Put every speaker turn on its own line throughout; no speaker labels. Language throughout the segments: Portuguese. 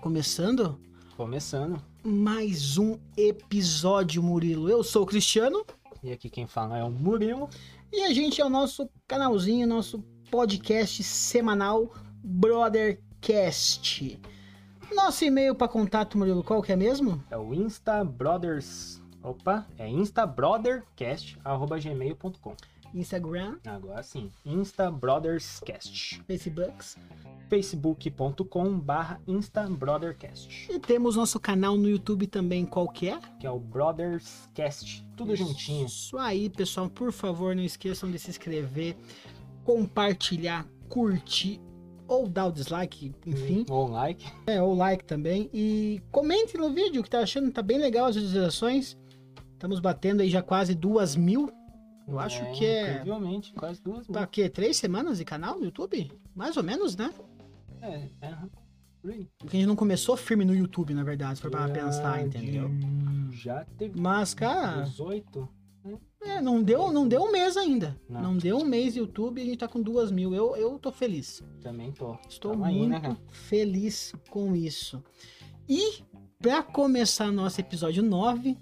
começando
Começando.
mais um episódio, Murilo. Eu sou o Cristiano
E aqui quem fala é o Murilo.
e a gente é o nosso canalzinho, nosso podcast semanal Brothercast. Nosso e-mail para contato, Murilo, qual que é mesmo?
É o Insta Brothers. Opa, é instabrothercast.gmail.com.
Instagram,
Agora sim, instabrotherscast.
Facebooks.
facebook.com barra instabrothercast,
E temos nosso canal no YouTube também, qual que é?
que é o Brotherscast, tudo juntinho.
Isso aí, pessoal. Por favor, não esqueçam de se inscrever, compartilhar, curtir ou dar o dislike, enfim.
Ou like.
É, ou like também. E comente no vídeo o que tá achando. Tá bem legal as visualizações. Estamos batendo aí já quase duas mil. Eu acho que é-
Incrivelmente, quase duas mil.
Tá o quê? Três semanas de canal no YouTube? Mais ou menos, né?
É, é, por aí.
Porque a gente não começou firme no YouTube, na verdade, se for pra pensar,
Verdade.
entendeu? Ah.
Já teve
Mas, cara,
18?
é, não, deu, não deu um mês ainda.
Não.
Não deu um mês de YouTube e a gente tá com duas mil. Eu, eu tô feliz.
Também tô.
Estou
Tamo aí,
muito
né, cara?
feliz com isso. E para começar nosso episódio 9,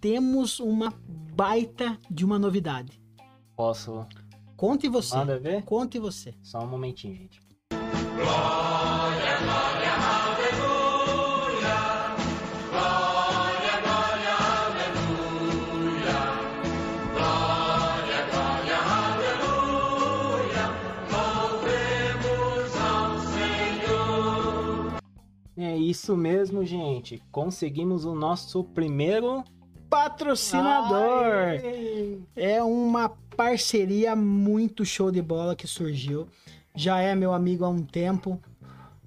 temos uma baita de uma novidade.
Posso
Conte você.
Manda ver?
Conte você.
Só um momentinho, gente. É isso mesmo, gente. Conseguimos o nosso primeiro
Patrocinador.
Aê!
É uma parceria muito show de bola que surgiu. Já é meu amigo há um tempo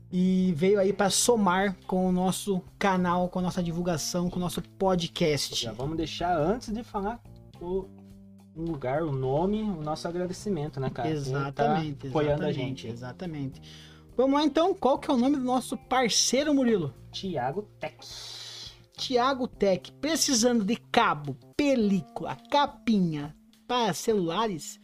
e veio aí para somar com o nosso canal, com a nossa divulgação, com o nosso podcast.
Então, Já vamos deixar antes de falar o o lugar, o nome, o nosso agradecimento, né, cara? Quem tá
Exatamente,
apoiando a
exatamente,
gente.
Exatamente. Vamos lá então, qual que é o nome do nosso parceiro Murilo?
Tiago Tech.
Tiago Tech, precisando de cabo, película, capinha para celulares,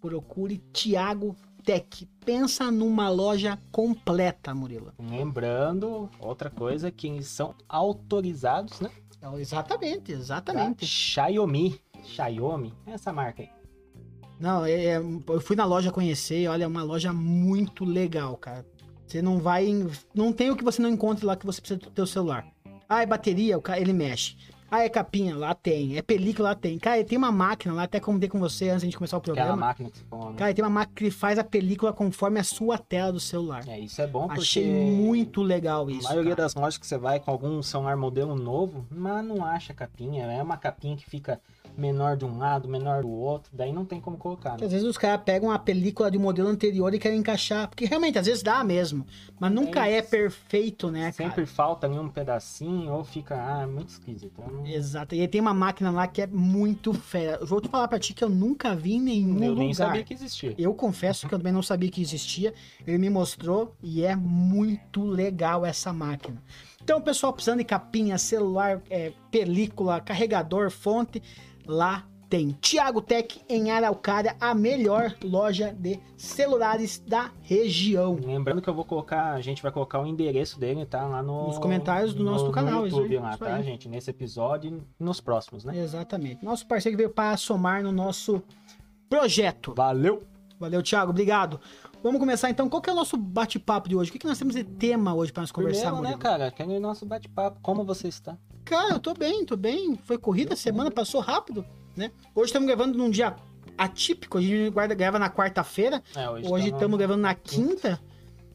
procure Tiago Tech. Pensa numa loja completa, Murilo.
Lembrando, outra coisa, que eles são autorizados, né?
Então, exatamente,
da
exatamente.
Xiaomi. Xiaomi, é essa marca aí.
Não, é- é- eu fui na loja conhecer, e olha, é uma loja muito legal, cara. Você não vai. em- Não tem o que você não encontre lá que você precisa do teu celular. Ah, é bateria, o ca- ele mexe. Ah, é capinha, lá tem. É película, lá tem. Cara, tem uma máquina lá, até comentei com você antes de gente começar o
Aquela
programa.
máquina que você falou, né?
Cara, tem uma máquina que faz a película conforme a sua tela do celular.
É, isso é bom porque...
Achei muito legal isso.
A maioria
cara.
das lojas que você vai com algum celular modelo novo, mas não acha capinha. É uma capinha que fica menor de um lado, menor do outro. Daí não tem como colocar. Né?
Às vezes os caras pegam a película de um modelo anterior e querem encaixar. Porque realmente, às vezes dá mesmo. Mas nunca é,
isso.
perfeito, né, cara?
Sempre falta ali um pedacinho ou fica, ah, é muito esquisito. Eu não-
Exato. E aí tem uma máquina lá que é muito fera. Eu vou te falar pra ti que eu nunca vi em nenhum
Eu
lugar.
nem sabia que existia.
Eu confesso que eu também não sabia que existia. Ele me mostrou e é muito legal essa máquina. Então, pessoal, precisando de capinha, celular, é, película, carregador, fonte, lá tem. Tiago Tech em Araucária, a melhor loja de celulares da região.
Lembrando que eu vou colocar, a gente vai colocar o endereço dele, tá? Lá no,
Nos comentários do nosso
no,
canal,
No
isso
YouTube
aí,
lá,
isso
tá,
aí.
gente? Nesse episódio e nos próximos, né?
Exatamente. Nosso parceiro que veio para somar no nosso projeto.
Valeu!
Valeu, Thiago. Obrigado. Vamos começar então. Qual que é o nosso bate-papo de hoje? O que, que nós temos de tema hoje para nós conversar,
Primeiro, né,
Murilo?
cara? Aquele nosso bate-papo. Como você está?
Cara, eu tô bem, tô bem. Foi corrida, a semana passou rápido, né? Hoje estamos gravando num dia atípico. A gente guarda, grava na quarta-feira.
É,
Hoje
tá-
estamos gravando na quinta.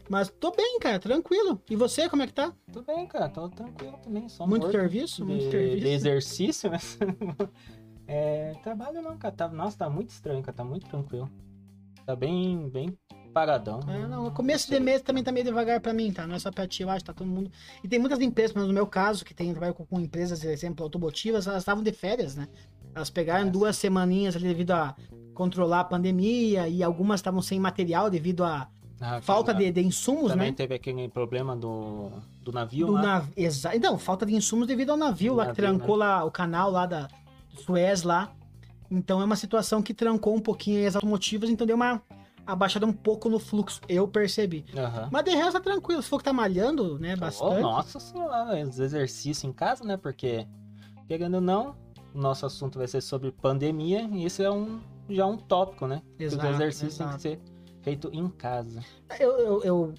Mas tô bem, cara, tranquilo. E você, como é que tá?
Tudo bem, cara. Tô tranquilo também. Só
muito
morto.
serviço? Muito
de, de
serviço.
exercício, né? É, trabalho não, cara. Tá- nossa, tá muito estranho, cara. Tá muito tranquilo. Tá bem, bem paradão.
É, não, o começo de mês também tá meio devagar pra mim, tá? Não é só pra ti, eu acho, tá todo mundo. E tem muitas empresas, mas no meu caso, que tem trabalho com, com empresas, por exemplo, automotivas, elas estavam de férias, né? Elas pegaram
É.
duas semaninhas ali devido a controlar a pandemia e algumas estavam sem material devido à
Ah,
falta
cara,
de, de insumos,
Também
né?
teve aquele problema do, do navio,
Do
né?
nav... Exa... Então, falta de insumos devido ao navio
Do
lá que
navio, né?
trancou lá o canal lá da Suez lá. Então é uma situação que trancou um pouquinho aí as automotivas, então deu uma abaixada um pouco no fluxo, eu percebi.
Aham.
Mas de resto tá tranquilo, se for que tá malhando, né,
Oh,
bastante.
nossa senhora, os exercícios em casa, né? Porque, querendo ou não, o nosso assunto vai ser sobre pandemia e isso é um já um tópico, né? Que
Exato,
os exercícios
exato.
têm que ser feito em casa.
Eu, eu, eu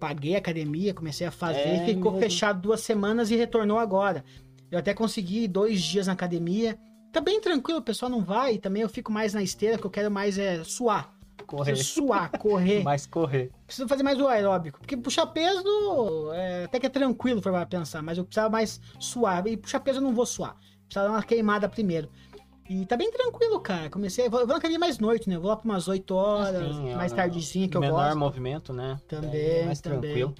paguei a academia, comecei a fazer,
É
ficou
mesmo.
fechado duas semanas e retornou agora. Eu até consegui dois dias na academia. Tá bem tranquilo, o pessoal não vai. Também eu fico mais na esteira, que eu quero mais é suar.
Correr,
Preciso suar, correr.
mais correr.
Preciso fazer mais o aeróbico. Porque puxar peso é, até que é tranquilo pra pensar, mas eu precisava mais suar. E puxar peso eu não vou suar. Precisava dar uma queimada primeiro. E tá bem tranquilo, cara. Comecei. Eu vou eu vou na academia mais noite, né? Eu vou lá pra umas 8 horas,
Assim, é
mais
um
tardezinha que eu
Menor
gosto.
movimento, né?
Também,
É mais
também.
tranquilo.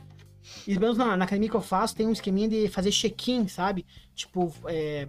E pelo menos na, na academia que eu faço, tem um esqueminha de fazer check-in, sabe? Tipo, é,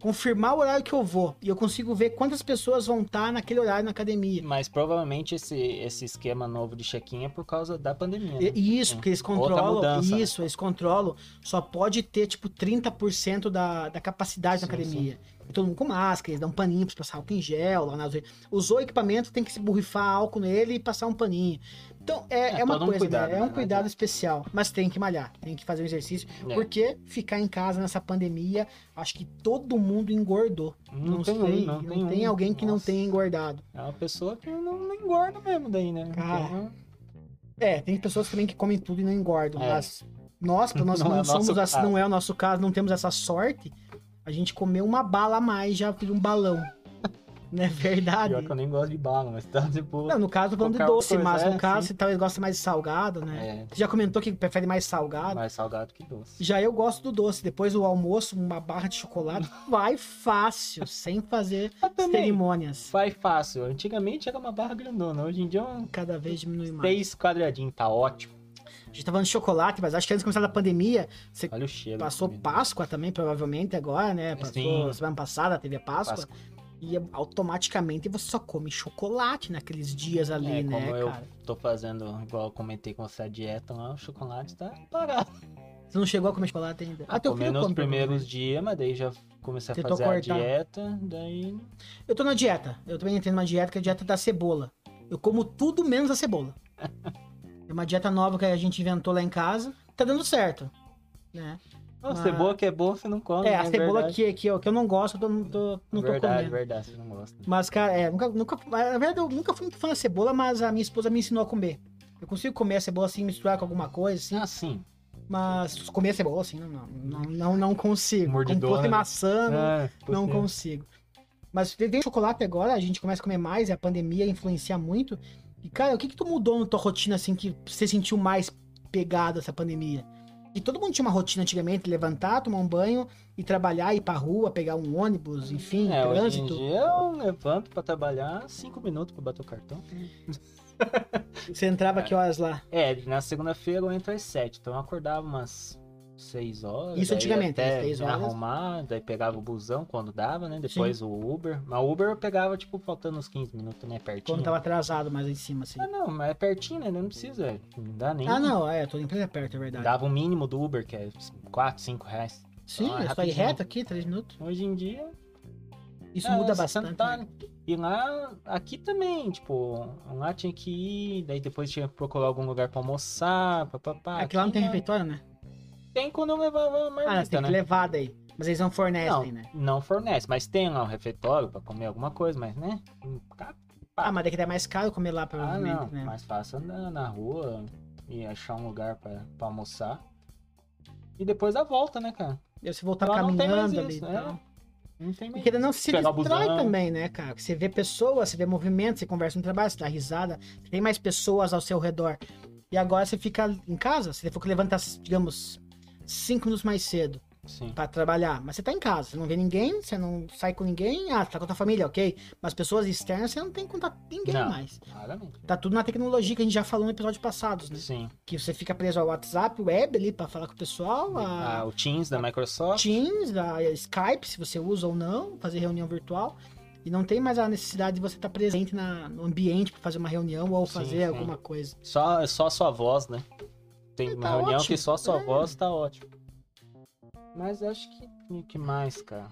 confirmar o horário que eu vou. E eu consigo ver quantas pessoas vão estar naquele horário na academia.
Mas provavelmente esse, esse esquema novo de check-in é por causa da pandemia. né?
E- E isso, porque eles controlam.
mudança, né?
isso, eles controlam. Só pode ter, tipo, 30% da, da capacidade
Sim,
da academia. E Todo mundo com máscara, eles dão um paninho pra passar álcool em gel. Lá nas... Usou o equipamento, tem que se borrifar álcool nele e passar um paninho. Então, é,
É,
é, uma
todo um
coisa, né?
cuidado,
É
né?
um cuidado especial. Mas tem que malhar, tem que fazer um exercício.
É.
Porque ficar em casa nessa pandemia, acho que todo mundo engordou. Não, tem,
um, não,
não
tem,
tem
um.
alguém que não
Nossa.
tenha engordado.
É uma pessoa que não, não engorda mesmo daí, né?
Cara,
Então,
É, tem pessoas também que comem tudo e não engordam,
É.
mas nós, pelo menos,
Não
não,
é o
somos
nosso
assim,
caso.
não é o nosso caso, não temos essa sorte. A gente comeu uma bala a mais já vira um balão. não é verdade?
pior que eu nem gosto de bala, mas tá de boa.
Não, no caso, tô falando de
Qualquer
doce,
coisa,
mas
é,
no caso,
sim.
você talvez gosta mais de salgado, né?
É,
Você já comentou que prefere mais salgado.
mais salgado que doce.
Já eu gosto do doce. Depois do almoço, uma barra de chocolate vai fácil, sem fazer
Mas também
cerimônias.
vai fácil. Antigamente era uma barra grandona, hoje em dia é um
Cada vez diminui mais.
6 quadradinho, tá ótimo.
A gente tá falando de chocolate, mas acho que antes de começar a pandemia,
Olha o cheiro. né?
Passou
Comida.
Páscoa também, provavelmente, agora, né? Passou
É, Sim.
semana passada, teve a Páscoa.
Páscoa.
E é, automaticamente você só come chocolate naqueles dias ali,
É,
né,
como eu
cara?
tô fazendo, igual eu comentei com você, a dieta lá, o chocolate tá parado.
Você não chegou a comer chocolate ainda? Ah, teu filho
Comendo
come.
os
provavelmente.
primeiros dias, mas daí já comecei a
Tentou
fazer a
cortar.
dieta, daí...
Eu tô na dieta. Eu também entrei numa dieta que é a dieta da cebola. Eu como tudo menos a cebola. é uma dieta nova que a gente inventou lá em casa. Tá dando certo, né?
Não,
Mas-
cebola que é boa, você não come,
é, a
né?
cebola
Verdade.
que, que, eu, que eu não gosto, eu tô- não tô, não tô
verdade,
comendo.
verdade, você não gosta.
Mas, cara, é, nunca, nunca, na verdade, eu nunca fui muito fã da cebola, mas a minha esposa me ensinou a comer. Eu consigo comer a cebola assim, misturar com alguma coisa, assim,
Ah, sim.
mas comer a cebola assim, não, não, não, não, não consigo.
Mordidona,
Como fosse
né?
maçã, não-
Ah,
não
você-
consigo. Mas tem tem chocolate agora, a gente começa a comer mais, a pandemia influencia muito. E, cara, o que que tu mudou na tua rotina, assim, que você sentiu mais pegado essa pandemia? E todo mundo tinha uma rotina antigamente, levantar, tomar um banho e trabalhar, ir pra rua, pegar um ônibus, enfim,
É, hoje em
trânsito.
dia eu levanto pra trabalhar cinco minutos pra bater o cartão.
Você entrava que horas lá?
É, na segunda-feira eu entro às sete, então eu acordava umas seis horas.
Isso
daí
antigamente,
até
né? Seis
me
horas.
arrumar, daí pegava o busão quando dava, né? Depois o Uber. Mas o Uber eu pegava, tipo, faltando uns 15 minutos, né? Pertinho.
Quando tava atrasado mais lá em cima, assim.
Ah, não, mas é pertinho, né? Não precisa, não dá nem.
Ah, não, é, toda empresa é perto, é verdade.
Dava o mínimo do Uber, que é 4, 5 reais.
Sim, é
Ah, é
só ir
rapidinho.
reto aqui, três minutos.
Hoje em dia.
Isso
é,
muda
Santo
bastante. né?
Antônio. E lá, aqui também, tipo, lá tinha que ir, daí depois tinha que procurar algum lugar pra almoçar, papapá.
É que lá não tem
Aqui
refeitório, né?
Tem quando eu levava
Ah,
a
você
marmita,
tem
né?
que levar daí. Mas eles não fornecem, né?
Não fornece, mas tem lá um refeitório pra comer alguma coisa, mas né? hum, tá-
Ah, mas daqui é mais caro comer lá,
Ah,
provavelmente,
não.
né?
Mais fácil andar na rua e achar um lugar pra, pra almoçar. E depois a volta, né, cara?
E você voltar
Lá não tem mais
caminhando ali e
isso, né?
tal.
Não tem mais.
Porque ele não se
Pegar o
distrai
busão.
também, né, cara? Porque Você vê pessoas, você vê movimento, você conversa no trabalho, você dá risada, você tem mais pessoas ao seu redor. E agora você fica em casa, se você for que levantar, digamos, cinco minutos mais cedo.
Sim.
Pra trabalhar, mas você tá em casa, você não vê ninguém, você não sai com ninguém, ah, tá com a tua família, ok? Mas pessoas externas você não tem contato com ninguém
Não.
mais.
Claramente.
Tá tudo na tecnologia que a gente já falou no episódio passado, né?
Sim.
Que você fica preso ao WhatsApp, web ali pra falar com o pessoal,
Ah,
a
o Teams da Microsoft.
Teams, a Skype, se você usa ou não, fazer reunião virtual. E não tem mais a necessidade de você estar presente na- no ambiente pra fazer uma reunião ou
Sim,
fazer
sim.
alguma coisa.
Só, só a sua voz, né? Tem
É,
uma
tá
reunião
ótimo.
que só a sua
É.
voz tá ótimo. Mas acho que. O que mais, cara?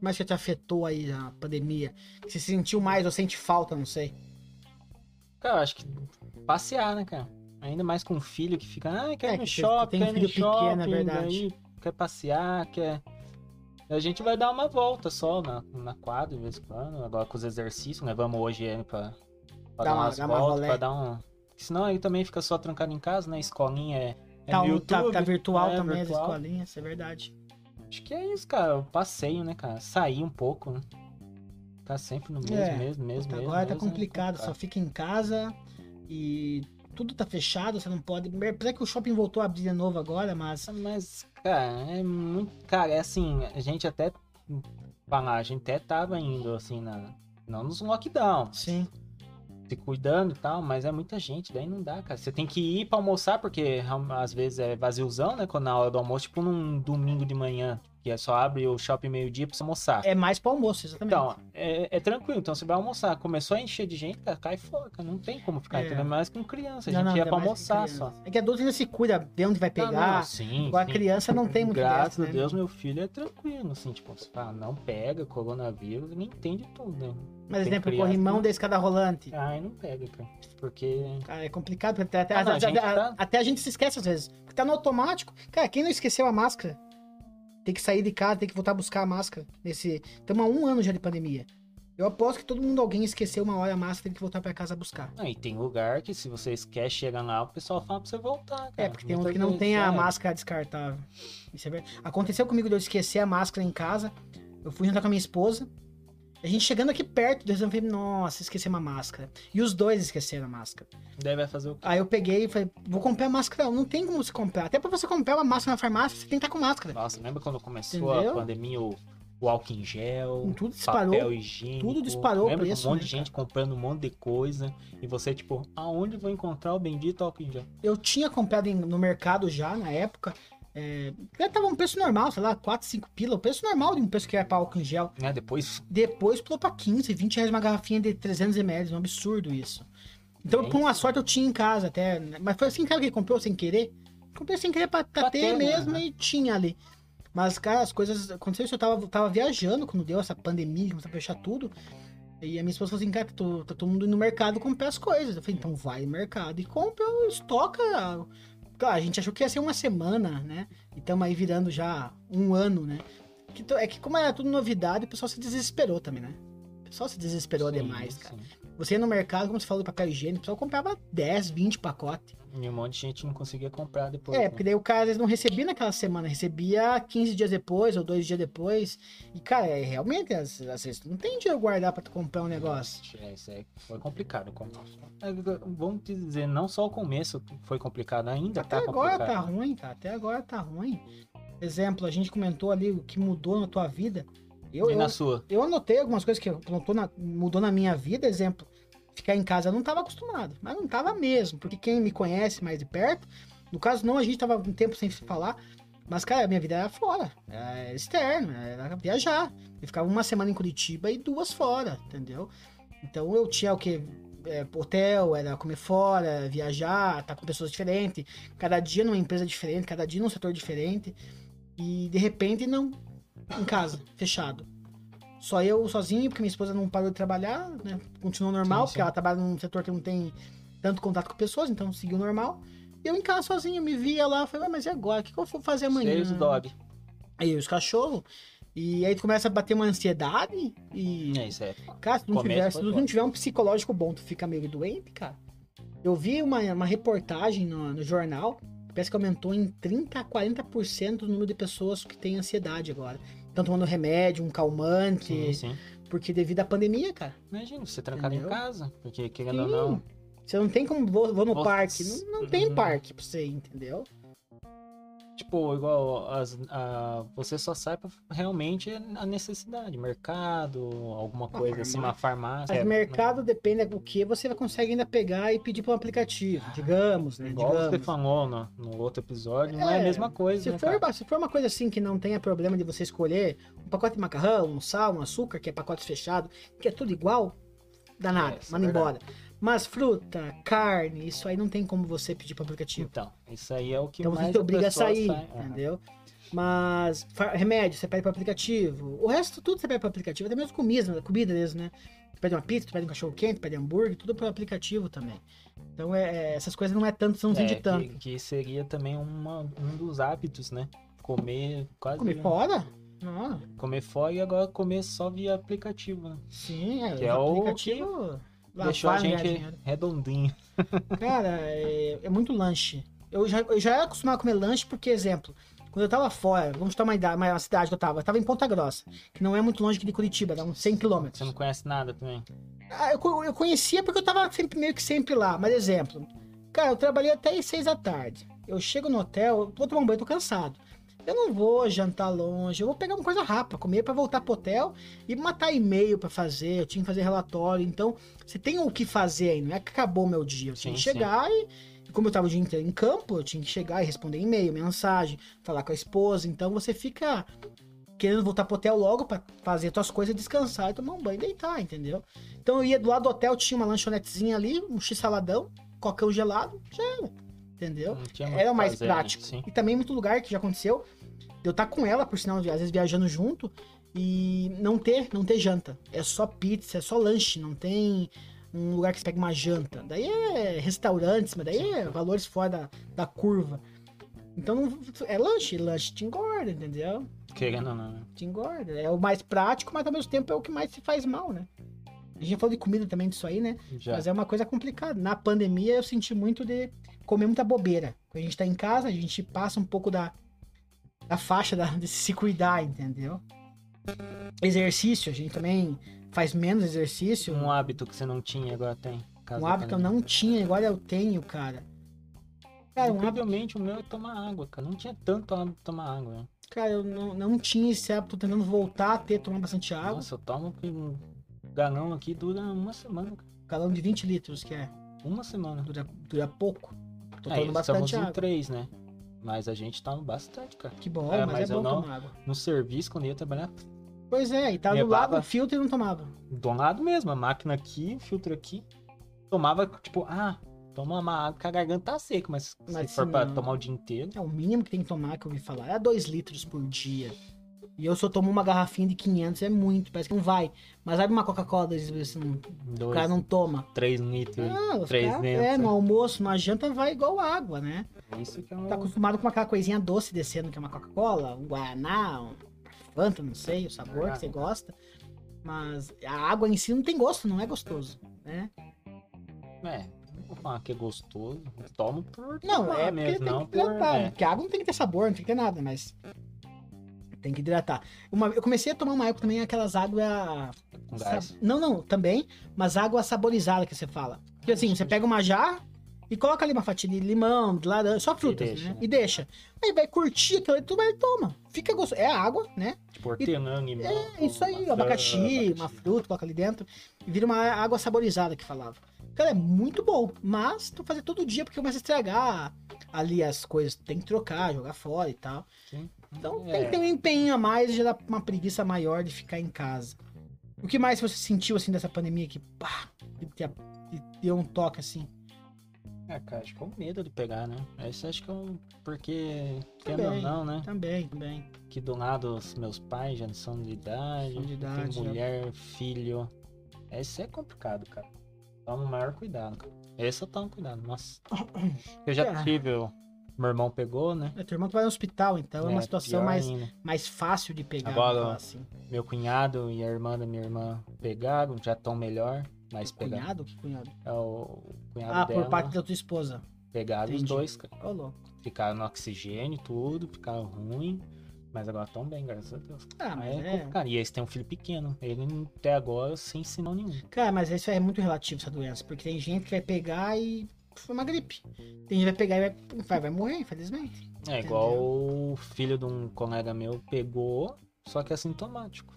Mas que te afetou aí a pandemia? Que Você sentiu mais ou sente falta, não sei.
Cara, eu acho que passear, né, cara? Ainda mais com um filho que fica, ah, quer
É,
ir no
que você
shopping,
tem
quer ir
filho
no
pequeno,
shopping,
é verdade.
daí quer passear, quer. A gente vai dar uma volta só na, na quadra de vez em quando, agora com os exercícios, né? Vamos hoje aí pra,
Dá
pra dar
uma-
umas
dá uma
voltas,
rolé.
pra dar um. Porque Senão aí também fica só trancado em casa, né? Escolinha é. é
tá,
no
o- tá-
YouTube.
tá virtual
é,
também, as
virtual.
escolinhas, isso é verdade.
Acho que é isso, cara. O passeio, né, cara? Sair um pouco, né? Ficar sempre no mesmo,
É,
mesmo, mesmo, mesmo.
Agora tá
mesmo, é
complicado, só fica em casa e tudo tá fechado, você não pode. Apesar que o shopping voltou a abrir de novo agora, mas.
Nossa, Ah, mas, cara, é muito. Cara, é assim, a gente até. Falar, a gente até tava indo, assim, na. Não nos lockdown,
Sim.
se cuidando e tal, mas é muita gente, daí não dá, cara. Você tem que ir pra almoçar, porque realm- às vezes é vaziozão, né? Quando na hora do almoço, tipo num domingo de manhã, que é só abre o shopping meio-dia pra você almoçar.
É mais pro almoço, exatamente.
Então, é, é tranquilo. Então, você vai almoçar. Começou a encher de gente, cara, cai fora. cara. Não tem como ficar,
É.
entendeu? Mas com criança. A
Não,
gente
não,
ia
ainda
pra
mais com
almoçar
criança.
só.
É que adulto ainda se cuida, vê onde vai
Não,
pegar.
não, sim,
Agora a
sim.
criança não tem muito
Graças
dessa,
a
né?
Deus, meu filho é tranquilo, assim, tipo, você fala, não pega coronavírus, ele entende tudo, né?
Mas,
tem
exemplo, o
criança
corrimão
que-
da escada rolante.
Ai, não pega, cara. Porque.
Cara, é complicado, porque até,
Ah,
até-
não, a gente
até-
tá-
até a gente se esquece às vezes. Porque tá no automático. Cara, quem não esqueceu a máscara? Tem que sair de casa, tem que voltar a buscar a máscara. Nesse... Estamos há um ano já de pandemia. Eu aposto que todo mundo, alguém esqueceu uma hora a máscara, tem que voltar pra casa buscar.
Ah, e tem lugar que se você esquece, chega lá, o pessoal fala pra você voltar, cara.
É, porque tem
Muitas
uns que não
vezes,
tem a
sério.
máscara descartável. Isso é verdade. Aconteceu comigo de eu esquecer a máscara em casa. Eu fui jantar com a minha esposa. A gente chegando aqui perto, eu falei, nossa, esqueci uma máscara. E os dois esqueceram a máscara.
Daí vai fazer o quê?
Aí eu peguei e falei, vou comprar máscara. Não tem como se comprar. Até pra você comprar uma máscara na farmácia, você tem que estar com máscara.
Nossa, lembra quando começou
Entendeu?
a pandemia, o, o álcool em gel,
Tudo
papel
disparou.
higiênico.
tudo disparou o
Lembra que
preço,
um monte
né,
de gente comprando um monte de coisa. E você, tipo, aonde vou encontrar o bendito álcool em gel?
Eu tinha comprado em- no mercado já, na época. É, já tava um preço normal, sei lá, 4, 5 pila. O preço normal de um preço que era pra álcool em gel.
Né? Depois.
Depois pulou pra 15, 20 reais uma garrafinha de 300 ml. É um absurdo isso. Então,
É
por uma sorte, eu tinha em casa até. né? Mas foi assim, cara, que comprou sem querer. Comprei sem querer pra, pra
Pra
ter
ter,
mesmo
né?
e tinha ali. Mas, cara, as coisas aconteceu isso. Eu tava, tava viajando quando deu essa pandemia, começou a fechar tudo. E a minha esposa falou assim, cara, tô- tá todo mundo indo no mercado comprar as coisas. Eu falei, então vai no mercado e compra, estoca. Claro, a gente achou que ia ser uma semana, né? E estamos aí virando já um ano, né? Que to- é que como era tudo novidade, o pessoal se desesperou também, né? O pessoal se desesperou
Sim,
demais,
sim.
cara. Você ia no mercado, como você falou, de papel higiênico, o pessoal comprava 10, 20 pacotes.
E um monte de gente não conseguia comprar depois.
É,
né?
porque daí o cara às vezes não recebia naquela semana, recebia 15 dias depois ou dois dias depois. E, cara, é, realmente, às, às vezes, tu não tem dinheiro guardar pra tu comprar um negócio.
É, isso aí foi complicado. com- É, Vamos te dizer, não só o começo foi complicado, ainda
Até
tá
agora
complicado.
tá ruim, cara. Até agora tá ruim. Exemplo, a gente comentou ali o que mudou na tua vida. Eu,
E
eu,
na sua?
eu anotei algumas coisas que eu- mudou na, mudou na minha vida. Exemplo, ficar em casa eu não tava acostumado, mas não tava mesmo, porque quem me conhece mais de perto, no caso não, a gente tava um tempo sem se falar. Mas, cara, a minha vida era fora, era externa, era viajar. Eu ficava uma semana em Curitiba e duas fora, entendeu? Então eu tinha o que? hotel, era comer fora, viajar, estar com pessoas diferentes, cada dia numa empresa diferente, cada dia num setor diferente. E de repente não. Em casa, fechado. Só eu sozinho, porque minha esposa não parou de trabalhar, né? Continuou normal,
sim.
porque ela trabalha num setor que não tem tanto contato com pessoas, então seguiu normal. E eu em casa sozinho, me via lá, falei, "Ué, mas e agora? O que, que eu vou fazer amanhã?
Seis o dog.
Aí os cachorros. E aí tu começa a bater uma ansiedade e.
É isso aí.
Cara, se tu, não
Começo
tiver,
foi
se tu não
foda.
tiver um psicológico bom, tu fica meio doente, cara. Eu vi uma, uma reportagem no, no jornal, parece que aumentou em 30% a 40% o número de pessoas que têm ansiedade agora. Estão tomando remédio, um calmante,
Sim, sim.
porque devido à pandemia, cara.
Imagina, você trancado em
Entendeu?
casa, porque querendo ou não.
Você não tem como. Vou, vou no
Nossa.
parque. Não, não tem
Uhum.
parque pra você ir, entendeu?
Tipo, igual as, a- você só sai pra realmente a necessidade. Mercado, alguma coisa assim, uma farmácia.
Mas
É,
mercado depende do que você consegue ainda pegar e pedir para um aplicativo, digamos, né?
É, Igual você
Digamos.
falou no, no outro episódio, não é,
É,
a mesma coisa.
Se
né,
for,
cara?
ba- se for uma coisa assim que não tenha problema de você escolher um pacote de macarrão, um sal, um açúcar, que é pacote fechado, que é tudo igual, dá nada,
É, isso é
manda embora.
verdade.
Mas fruta, carne, isso aí não tem como você pedir para aplicativo.
Então, isso aí é o que
Então
mais é.
você te
a
obriga a
pessoa
sair,
sai- Aham.
entendeu? Mas fa- remédio, você pede pro aplicativo. O resto tudo você pede pro aplicativo, até mesmo comida, comida mesmo, né? Tu pede uma pizza, tu pede um cachorro quente, tu pede hambúrguer, tudo pelo aplicativo também. Então é, é, essas coisas não é tanto, são
É,
de tanto.
que, que seria também uma- um dos hábitos, né? Comer quase.
Comer fora? Não,
Comer fora e agora comer só via aplicativo, né?
sim, é,
Que é
os
o
aplicativos lá
Deixou a
fazem
gente
ganhar dinheiro.
redondinho.
Cara, é, é muito lanche. Eu já, eu já era acostumado a comer lanche, porque, exemplo, quando eu tava fora, vamos chutar uma, idade, uma cidade que eu tava, eu tava em Ponta Grossa, que não é muito longe aqui de Curitiba, dá uns 100 quilômetros.
Você não conhece nada também.
Ah, eu, co- eu conhecia porque eu tava sempre, meio que sempre lá. Mas, exemplo, cara, eu trabalhei até às seis da tarde. Eu chego no hotel, eu vou tomar um banho, tô cansado. Eu não vou jantar longe, eu vou pegar uma coisa rápida, comer pra voltar pro hotel e matar e-mail pra fazer. Eu tinha que fazer relatório, então você tem o que fazer aí, não é que acabou meu dia. Eu tinha
Sim,
que chegar e, como eu tava o dia inteiro em campo, eu tinha que chegar e responder e-mail, mensagem, falar com a esposa. Então você fica querendo voltar pro hotel logo pra fazer suas coisas, descansar e tomar um banho e deitar, entendeu? Então eu ia do lado do hotel, tinha uma lanchonetezinha ali, um x-saladão, cocão gelado, já era. Entendeu?
Não tinha muito
Era
o que
É mais
fazer, né?
prático.
Sim.
E também muito lugar que já aconteceu, de eu estar com ela, por sinal, às vezes viajando junto, e não ter, não ter janta. É só pizza, é só lanche, não tem um lugar que você pega uma janta. Daí é restaurantes, mas daí é valores fora da, da curva. Então não- é lanche, lanche te engorda, entendeu?
Querendo ou não. né?
Te engorda. É o mais prático, mas ao mesmo tempo é o que mais se faz mal, né? A gente já falou de comida também disso aí, né?
Já.
Mas é uma coisa complicada. Na pandemia eu senti muito de comer muita bobeira. Quando a gente tá em casa, a gente passa um pouco da, da faixa da- de se cuidar, entendeu? Exercício, a gente também faz menos exercício.
Um hábito né? que você não tinha agora tem. por causa
Um
da
hábito que eu
pandemia.
não tinha, agora eu tenho, cara. Cara, um hábito,
Incrivelmente, o meu é tomar água, cara. Não tinha tanto hábito de tomar água. né?
cara, eu não, não tinha esse hábito, tô tentando voltar a ter, tomar bastante água.
Nossa, eu tomo um galão aqui dura uma semana. cara.
Galão de 20 litros, que é,
Uma semana.
dura, dura pouco. Tô
É,
tomando
somos
bastante
em
água.
três, né? Mas a gente toma bastante, cara.
Que bom,
É,
mas,
mas
é
eu
bom
não-
tomar água.
No serviço, quando eu ia trabalhar,
Pois é, e tava do
Levava-
lado do filtro e não tomava.
do lado mesmo, a máquina aqui, o filtro aqui. Tomava, tipo, ah, toma uma água que a garganta tá seca, mas,
Mas
se for
se
pra
não-
tomar o dia inteiro,
É o mínimo que tem que tomar, que eu ouvi falar. É 2 litros por dia. E eu só tomo uma garrafinha de 500, é muito, parece que não vai. Mas abre uma Coca-Cola dois vezes, se não- o
dois,
cara não toma.
três litros.
Ah, os
três
caras,
dentro,
é, no
né?
almoço, na janta vai igual água, né?
Isso que é um...
Tá acostumado com aquela coisinha doce descendo, que é uma Coca-Cola, um Guaraná, um Fanta, não sei, o
Ah,
sabor que você gosta. Mas a água em si não tem gosto, não é gostoso, né?
É, não vou falar que é gostoso. Toma por
Não,
tomar
é porque
mesmo,
tem
não
que hidratar.
é.
Porque a água não tem que ter sabor, não tem que ter nada, mas. Tem que hidratar. Uma- eu comecei a tomar uma época também aquelas águas.
com gás.
sab- Não, não, também, mas água saborizada que você fala. Porque assim, você pega uma jarra e coloca ali uma fatia de limão, de laranja, só frutas,
deixa,
né?
né?
E deixa. Aí vai curtir aquilo, aí tu vai e toma. Fica gostoso. É água, né?
Tipo, hortelã, limão.
É isso aí,
maçã,
abacaxi, uma fruta, coloca ali dentro. E vira uma água saborizada que falava. Cara, é muito bom, mas tu fazer todo dia porque começa a estragar ali as coisas. Tem que trocar, jogar fora e tal.
Sim.
Então
É.
tem que ter um empenho a mais e já dá uma preguiça maior de ficar em casa. O que mais você sentiu assim dessa pandemia que pá, que te- que deu um toque assim?
É, cara, acho que é o medo de pegar, né? Esse acho que é um. Porque, querendo ou
Também.
não, né?
Também, também.
Que do lado os meus pais já não são de idade.
São de
eu tenho
idade, né?
mulher, filho. Esse é complicado, cara. Toma o maior cuidado, cara. Esse eu tomo cuidado, nossa. Eu já
É.
tive, o meu irmão pegou, né?
É, teu irmão que vai no hospital, então é, uma situação
pior
mais,
ainda.
mais fácil de pegar.
Agora,
vamos falar assim.
Meu cunhado e a irmã da minha irmã pegaram, já estão melhor, mas pegaram.
Cunhado? Que cunhado?
É o cunhado
Ah,
dela.
por parte da tua esposa.
Pegaram os
Entendi.
dois, cara.
Ô, louco.
Ficaram no oxigênio, tudo, ficaram ruim. Mas agora estão bem, graças a Deus.
Ah, mas
Aí é
é.
complicado. E eles têm um filho pequeno. Ele não- até agora sem sinal nenhum.
Cara, mas isso é muito relativo, essa doença. Porque tem gente que vai pegar e. Foi uma gripe. Tem gente que vai pegar e vai, vai, vai morrer, infelizmente.
É igual o filho de um colega meu pegou, só que assintomático.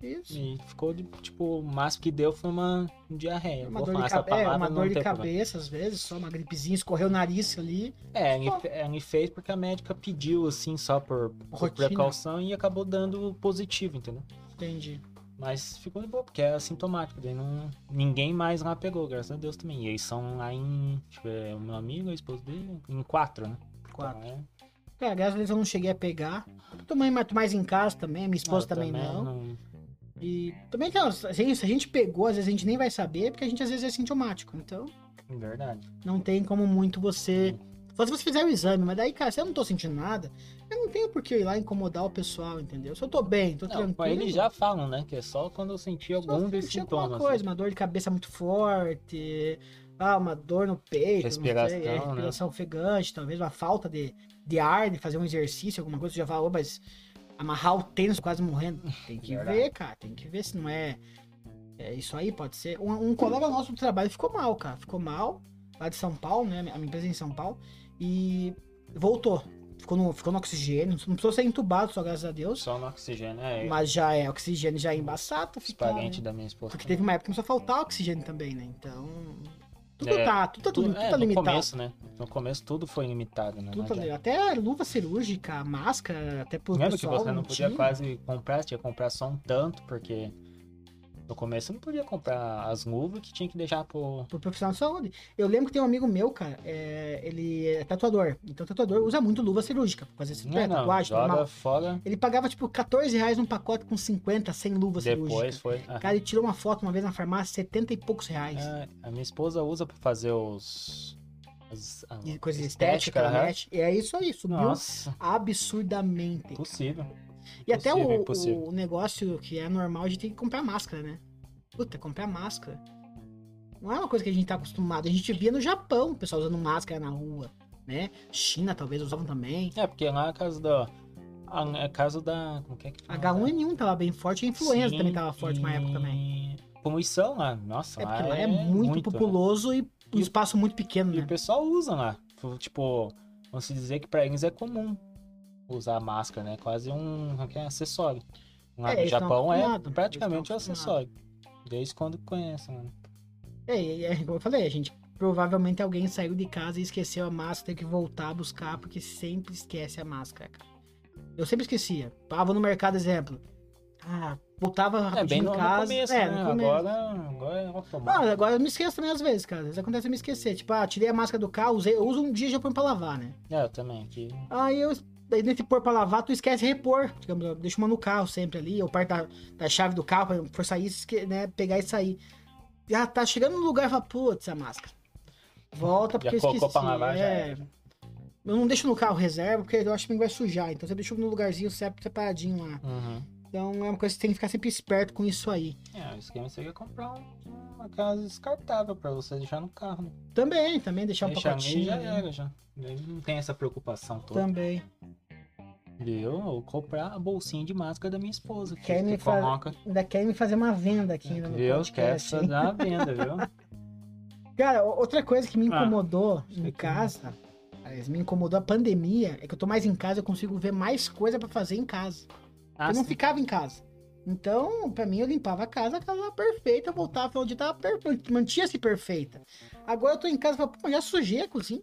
Isso.
E ficou, de, tipo, o máximo que deu foi uma diarreia.
Uma
Vou
dor, de,
falar essa
cabe... é,
palavra,
uma
não
dor de
tem problema.
cabeça, às vezes, só uma gripezinha, escorreu o nariz ali.
É, ele, fe- ele fez porque a médica pediu, assim, só por, por
Rotina.
precaução e acabou dando positivo, entendeu?
Entendi.
Mas ficou de boa, porque era assintomático. Daí não, ninguém mais lá pegou, graças a Deus também. E eles são lá em. Tipo, é, o meu amigo, a esposa dele, em quatro, né?
Quatro.
Então, é,
Cara, graças a Deus eu não cheguei a pegar. Tomei mais, mais em casa também, minha esposa
Eu
também, não.
não-
E também que ó, se se a gente pegou, às vezes a gente nem vai saber, porque a gente às vezes é sintomático. Então,
Verdade.
não tem como muito você. Só se você fizer o exame, mas daí, cara, se eu não tô sentindo nada, eu não tenho por que ir lá incomodar o pessoal, entendeu? Se eu tô bem, tô
Não,
tranquilo.
mas eles já falam, né? Que é só quando eu senti
só
algum desses
senti alguma
sintomas. né?
coisa, uma dor de cabeça muito forte, ah, uma dor no peito, não sei, é,
Respiração, né?
respiração ofegante, talvez uma falta de, de ar, de fazer um exercício, alguma coisa, você já falou, mas amarrar o tênis quase morrendo. Tem que
Verdade.
ver, cara, tem que ver se não é. É isso aí, pode ser. Um, um colega nosso do trabalho ficou mal, cara, ficou mal, lá de São Paulo, né? A minha empresa é em São Paulo, e voltou. Ficou no, ficou no oxigênio, não precisou ser entubado, só graças a Deus.
assim, Só no oxigênio, é.
Mas já é, oxigênio já é embaçado.
Os
ficar, né?
parentes da minha esposa.
Porque teve uma época que começou a faltar oxigênio também, né? Então. Tudo
É,
tá, tudo tá, tudo, tudo
é,
tá
no
limitado.
começo, né? No começo tudo foi limitado, né?
tudo
Não
tá
adianta.
limitado. Até luva cirúrgica, máscara, até por
Lembra que
pessoal.
você não podia
tinha.
quase comprar, tinha que comprar só um tanto, porque no começo não podia comprar as luvas que tinha que deixar pro.
Pro profissional de saúde. Eu lembro que tem um amigo meu, cara, é, ele é tatuador. Então, tatuador usa muito luva cirúrgica pra fazer
É, Não,
cirurgia,
não,
tatuagem,
joga
normal.
fora.
Ele pagava, tipo, 14 reais num pacote com 50, 100 luvas
Depois
cirúrgicas.
foi. Ah,
Cara, ele tirou uma foto uma vez na farmácia, 70 e poucos reais.
é, a minha esposa usa pra fazer os. As, a-
E coisa estética,
né?
né? E é isso aí, subiu
Nossa,
absurdamente.
impossível.
E até
Impossível,
o,
impossível.
o negócio que é normal, a gente tem que comprar máscara, né? Puta, comprar máscara. Não é uma coisa que a gente tá acostumado. A gente via no Japão o pessoal usando máscara na rua, né? China talvez usavam também.
É, porque lá é a casa da. A, a casa da. Como que é que fala?
H1N1 tava bem forte, a influenza
Sim,
também tava forte uma época também.
e Poluição lá, nossa,
É
lá
porque lá é muito, populoso e um
né? E o-
espaço muito pequeno,
E o
né?
pessoal usa lá. Tipo, vamos se dizer que pra eles é comum usar máscara, né? Quase um como que é, acessório. Lá
É,
no
eles tão
Japão é
acostumados, eles
praticamente um
tão
acessório. Desde quando conhecem, né?
É, e é, como eu falei, a gente provavelmente alguém saiu de casa e esqueceu a máscara, tem que voltar a buscar, porque sempre esquece a máscara, cara. Eu sempre esquecia. Ah, vou no mercado, exemplo. Ah, voltava
É bem
rapidinho
no,
em
no
casa.
começo,
é,
né?
no começo. Ah,
Agora, agora é automático.
Não, agora eu me esqueço também às vezes, cara. Às vezes acontece eu me esquecer. Tipo, ah, tirei a máscara do carro, usei, eu uso um dia e já põe pra lavar, né?
É, eu também aqui.
Aí eu. Daí nesse pôr pra lavar, tu esquece de repor. Digamos, deixa uma no carro sempre ali, ou parte da, da chave do carro, pra for sair, esque- né, pegar e sair. Já tá chegando no lugar e fala, putz, a máscara. Volta porque eu
colocou
esqueci.
pra lavar, já
é.
era.
Eu não deixo no carro reserva, porque eu acho que vai sujar. Então você deixa no lugarzinho certo, separadinho lá.
Uhum.
Então é uma coisa que você tem que ficar sempre esperto com isso aí.
É, o esquema seria comprar um- uma casa descartável pra você deixar no carro. Né?
Também, também deixar um
Deixar ali
pacotinho.
já
ali.
era, já. Daí Não tem essa preocupação toda.
Também.
Viu? Eu vou comprar a bolsinha de máscara da minha esposa. Que
Quer me
você
fazer-
coloca.
Ainda quer me fazer uma venda aqui ainda no
É, Viu?
podcast.
Quer
hein?
dar a venda, viu?
Cara, o- outra coisa que me
Ah,
incomodou em
que-
casa, aliás, me incomodou a pandemia, é que eu tô mais em casa, eu consigo ver mais coisa pra fazer em casa.
Ah,
eu não
sim.
ficava em casa. Então, pra mim, eu limpava a casa, a casa tava perfeita, eu voltava pra onde tava perfeita, mantinha-se perfeita. Agora eu tô em casa e falo, pô, mas já sujei a cozinha.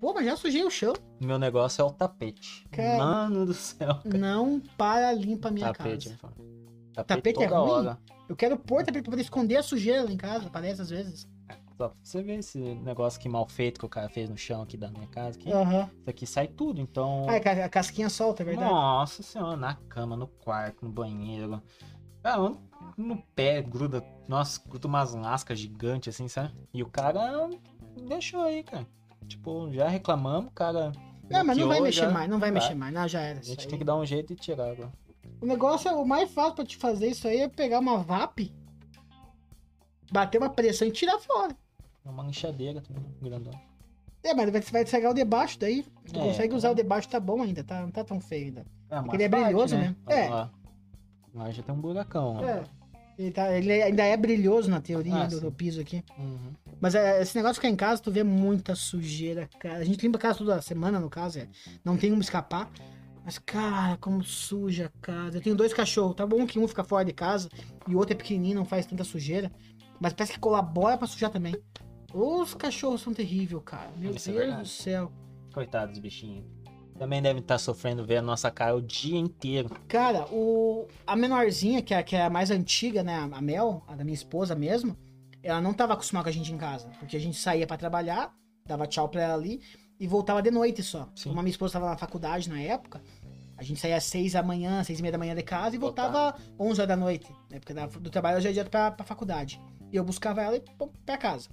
Pô, mas já sujei o chão.
Meu negócio é o tapete.
Cara.
Mano do céu.
Não para limpa a minha casa.
tapete, ele fala.
Tapete
tapete
é
toda
ruim?
hora.
Eu quero pôr tapete pra poder esconder a sujeira lá em casa, aparece às vezes.
Só pra você ver esse negócio que mal feito que o cara fez no chão aqui da minha casa. Que
Aham.
Isso aqui sai tudo, então.
É. Ah, é ca- a casquinha solta, é verdade?
Nossa senhora, na cama, no quarto, no banheiro. Cara, no- no pé gruda. Nossa, gruda umas lascas gigantes assim, sabe? E o cara deixou aí, cara. Tipo, já reclamamos, o cara.
Não, Ah, mas não vai
bloqueou,
mexer
já-
mais, não vai
Tá.
mexer mais. Não, já era.
A
isso
gente
aí.
tem que dar um jeito de tirar agora.
O negócio, é- o mais fácil pra te fazer isso aí é pegar uma VAP, bater uma pressão e tirar fora.
Uma lixadeira também, grandona.
É, mas vai- você vai descegar o debaixo daí. Tu
É,
consegue
tá.
usar o debaixo, tá bom ainda, tá, não tá tão feio ainda.
É,
Porque ele é brilhoso, né? É.
É. Lá. Lá já tem um buracão. né?
É. Ele, tá- ele ainda é brilhoso na teoria
Ah,
do, do
sim.
piso aqui.
Uhum.
Mas é, esse negócio de ficar em casa, tu vê muita sujeira, cara. A gente limpa a casa toda semana, no caso, é. Não tem como escapar. Mas, cara, como suja a casa. Eu tenho dois cachorros. Tá bom que um fica fora de casa e o outro é pequenininho, não faz tanta sujeira. Mas parece que colabora pra sujar também. Os cachorros são terríveis, cara. Meu
Isso é
Deus
verdade.
do céu.
Coitados dos bichinhos. Também devem estar sofrendo ver a nossa cara o dia inteiro.
Cara, o, a menorzinha, que é, que é a mais antiga, né? A Mel, a da minha esposa mesmo, ela não tava acostumada com a gente em casa. Porque a gente saía pra trabalhar, dava tchau pra ela ali. e voltava de noite só.
Sim.
Como a minha esposa estava na faculdade na época, a gente saía às seis da manhã, seis e meia da manhã de casa e voltava às 11 horas da noite. Né? Porque da- do trabalho eu já ia direto pra, pra faculdade. E eu buscava ela e pô, pra casa.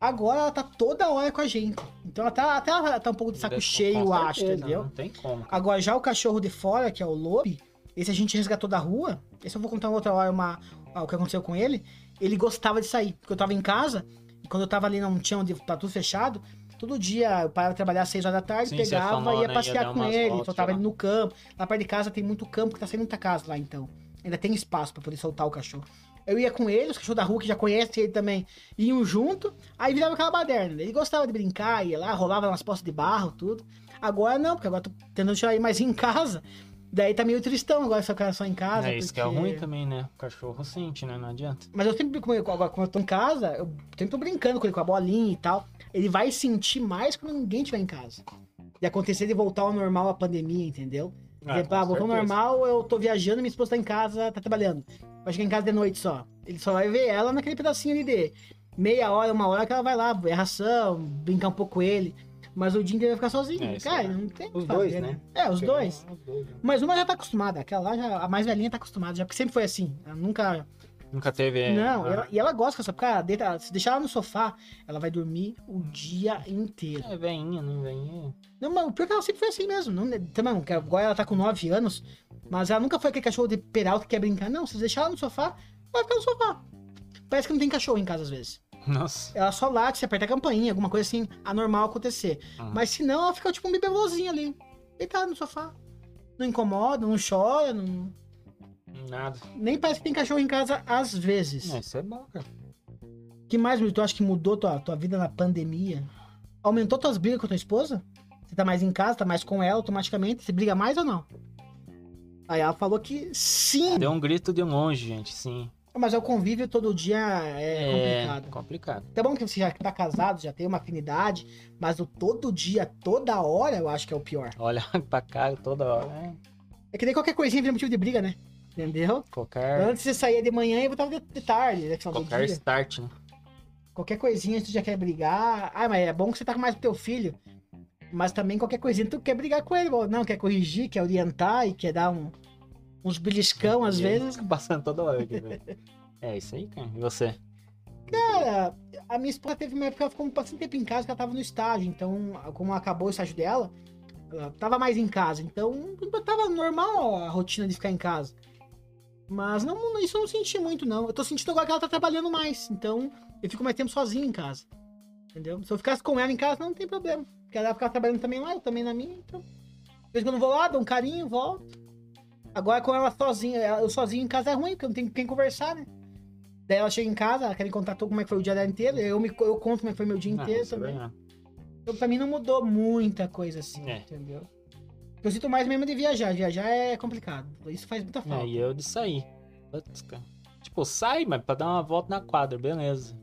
Agora ela tá toda hora com a gente. Então ela tá, até ela tá um pouco de saco
Com
cheio, eu acho,
certeza,
entendeu?
Não tem como.
Agora, já o cachorro de fora, que é o Lobe, esse a gente resgatou da rua. Esse eu vou contar outra hora uma, ah, o que aconteceu com ele. Ele gostava de sair, porque eu tava em casa, e quando eu tava ali, não tinha onde tá tudo fechado. Todo dia eu parava de trabalhar às 6 horas da tarde,
Sim, você
pegava
falou,
e ia
né? Ia
passear
dar
com
umas
ele,
voltas
soltava
lá.
ele no campo. Lá perto de casa tem muito campo, que tá saindo muita casa lá então. Ainda tem espaço pra poder soltar o cachorro. Eu ia com ele, os cachorros da rua que já conhecem ele também, iam junto, aí virava aquela baderna. né? Ele gostava de brincar, ia lá, rolava nas postas de barro, tudo. Agora não, porque agora tô tentando tirar ele mais em casa. Daí tá meio tristão agora essa cara só em casa.
é isso que é
porque-
ruim também, né? O cachorro sente, né? Não adianta.
Mas eu sempre, como eu, agora, quando eu tô em casa, eu sempre tô brincando com ele, com a bolinha e tal. Ele vai sentir mais quando ninguém estiver em casa. E acontecer de voltar ao normal a pandemia, entendeu?
Ah,
Exemplo, ah,
com
voltou ao
certeza.
normal, eu tô viajando, minha esposa tá em casa, tá trabalhando. Vai chegar em casa de noite só. Ele só vai ver ela naquele pedacinho ali de meia hora, uma hora que ela vai lá, ver ração, brincar um pouco com ele. Mas o dia inteiro vai ficar sozinho.
É, isso
Cara,
é.
não tem o que
Os
fazer,
dois,
né?
né?
É, os
Porque-
dois.
Os dois, né?
Mas uma já tá acostumada, aquela lá, já, a mais velhinha tá acostumada, já, porque sempre foi assim. Ela nunca
Nunca teve.
não,
ah,
ela- e ela gosta, sabe? Cara, deita- ela- se deixar ela no sofá, ela vai dormir o dia inteiro.
É veinha, né? Veinha.
Não, mas o pior é que ela sempre foi assim mesmo. Não, também, não, que agora ela tá com 9 anos, mas ela nunca foi aquele cachorro de peralta que quer brincar. Não, se deixar ela no sofá, ela vai ficar no sofá. Parece que não tem cachorro em casa às vezes.
é- Nossa.
Ela só late, se aperta a campainha, alguma coisa assim, anormal acontecer.
Uhum.
Mas se não, ela fica tipo um bibelôzinho ali, deitada no sofá. Não incomoda, não chora, não...
Nada.
nem parece que tem cachorro em casa às vezes.
É, isso é bom, cara.
que mais, Will, tu acha que mudou tua, tua vida na pandemia? Aumentou tuas brigas com tua esposa? Você tá mais em casa, tá mais com ela automaticamente? Você briga mais ou não? Aí ela falou que sim,
Deu um grito de longe, gente, sim.
mas é o convívio todo dia é, complicado.
complicado.
Tá bom que você já tá casado, já tem uma afinidade, mas o todo dia, toda hora, eu acho que é o pior.
Olha pra cara toda hora. né?
É que nem qualquer coisinha vira motivo de briga, né? Entendeu?
Qualquer,
Antes você saía de manhã e voltava de, de tarde, né? Final do
É. qualquer
dia.
start, né?
Qualquer coisinha tu já quer brigar. Ah, mas é bom que você tá com mais pro teu filho. Mas também qualquer coisinha tu quer brigar com ele. Não, quer corrigir, quer orientar e quer dar um- uns beliscão às
E ele
vezes.
fica Passando toda hora aqui, velho. É isso aí, cara. E você?
Cara, a minha esposa teve uma época que ela ficou bastante tempo em casa que ela tava no estágio. Então, como acabou o estágio dela, ela Ah, tava mais em casa. Então, tava normal a rotina de ficar em casa. Mas não, isso eu não senti muito, não. Eu tô sentindo agora que ela tá trabalhando mais. Então, eu fico mais tempo sozinho em casa. Entendeu? Se eu ficasse com ela em casa, não tem problema. Porque ela ficava trabalhando também lá, eu também na minha. Então, de vez em quando eu vou lá, dou um carinho, volto. Agora com ela sozinha, ela- eu sozinho em casa é ruim, porque eu não tenho com quem conversar, né? Daí ela chega em casa, ela quer me contar todo como é que foi o dia dela inteiro. Eu, me, co- eu conto como é que foi meu dia
Ah,
inteiro
isso
também.
daí,
Então, pra mim não mudou muita coisa assim,
É.
entendeu? Eu sinto mais mesmo de viajar. Viajar é complicado. Isso faz muita
ó. É,
falta.
e eu de sair. Putz, cara. Tipo, sai, mas pra dar uma volta na quadra, beleza.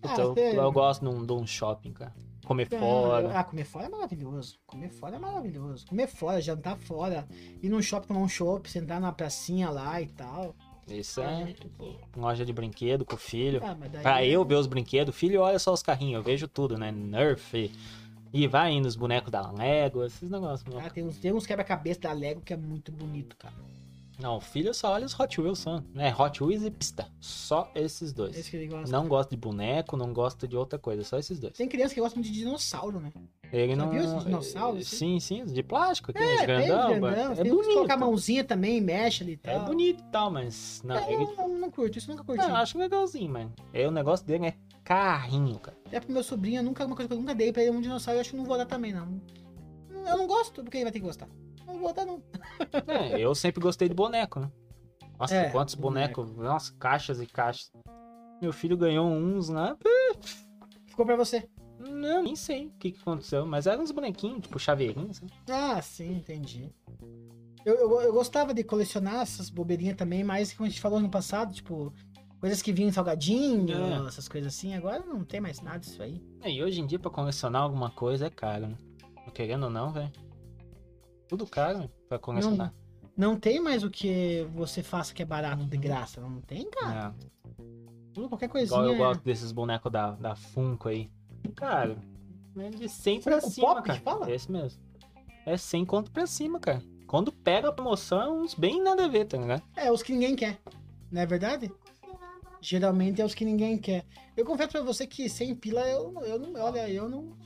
Puta,
Ah,
eu,
sei.
eu gosto de um, de um shopping, cara. Comer
Ah,
fora.
Ah, comer fora é maravilhoso. Comer fora é maravilhoso. Comer fora, jantar fora, ir num shopping tomar um chopp, sentar numa pracinha lá e tal.
Isso
Ah,
é
muito bom.
loja de brinquedo com o filho.
Ah, mas daí-
Pra eu ver os brinquedos, filho, olha só os carrinhos, eu vejo tudo, né? Nerf. E vai indo os bonecos da Lego, esses negócios. meu.
Ah, tem uns, tem uns quebra-cabeça da Lego que é muito bonito, cara.
Não, filho só olha os Hot Wheels, só, né? Hot Wheels e pista. Só esses dois.
Esse que ele gosta.
Não gosto de boneco, não gosto de outra coisa, só esses dois.
Tem criança que gosta muito de dinossauro, né?
Ele
Já
não.
viu esses dinossauros, assim?
Sim, sim, de plástico, aqui,
É,
os grandão.
tem,
mas
grandão.
é
tem uns que
bonito.
colocam a mãozinha também, mexe ali e tal.
É bonito e tal, mas. Não,
É,
ele- Ah,
eu não, não curto, isso eu nunca curti.
eu acho legalzinho, mano. É, o negócio dele é carrinho, cara.
Até É pro meu sobrinho, eu nunca, uma coisa que eu nunca dei pra ele é um dinossauro, eu acho que não vou dar também, não. Eu não gosto, porque ele vai ter que gostar. Não vou dar, não.
É, eu sempre gostei de boneco, né? Nossa,
É,
quantos bonecos, nossa, caixas e caixas. Meu filho ganhou uns lá,
Ficou pra você.
não, nem sei o que, que aconteceu, mas eram uns bonequinhos, tipo chaveirinhos, sabe?
Ah, sim, entendi. Eu, eu, eu gostava de colecionar essas bobeirinhas também, mas como a gente falou no passado, tipo, coisas que vinham em salgadinho,
É.
essas coisas assim. Agora não tem mais nada disso aí.
É, E hoje em dia, pra colecionar alguma coisa é caro, né? Querendo ou não, velho. Tudo caro né, pra colecionar.
Não tem mais o que você faça que é barato de graça. Não Ah, tem, cara.
Não.
Tudo, Qualquer
É, Igual
coisinha. é
eu gosto desses bonecos da, da Funko aí. Cara, É de 100
Funko
pra cima,
Pop,
cara.
fala?
É esse mesmo. É 100 conto pra cima, cara. Quando pega a promoção, é uns bem nada a ver, tá ligado?
É, os que ninguém quer. Não é verdade? Geralmente é os que ninguém quer. Eu confesso pra você que sem pila eu, eu não. Olha, eu não.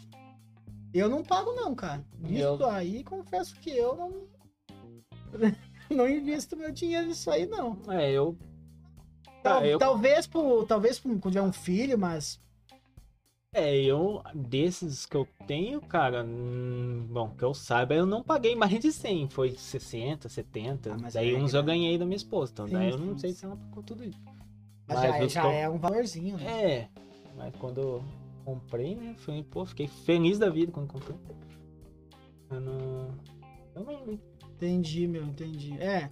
Eu não pago, não, cara.
Eu-
Isso aí, confesso que eu não. Não invisto meu dinheiro nisso aí, não.
É, eu...
Tal-
Ah, eu-
Talvez pro, talvez pro, quando tiver um filho, mas.
É, eu... Desses que eu tenho, cara... hum, bom, que eu saiba, eu não paguei mais de 100. Foi 60, 70.
Ah, mas
daí
é,
uns
né?
eu ganhei da minha esposa. Então
Sim,
daí eu não
sim.
sei se ela pagou tudo isso.
Mas,
Mas
já, é-
dos
já
que eu-
é um valorzinho, né?
É, mas quando eu comprei, né? Foi, pô, fiquei feliz da vida quando comprei. Eu não... Eu não...
Entendi, meu, entendi. É.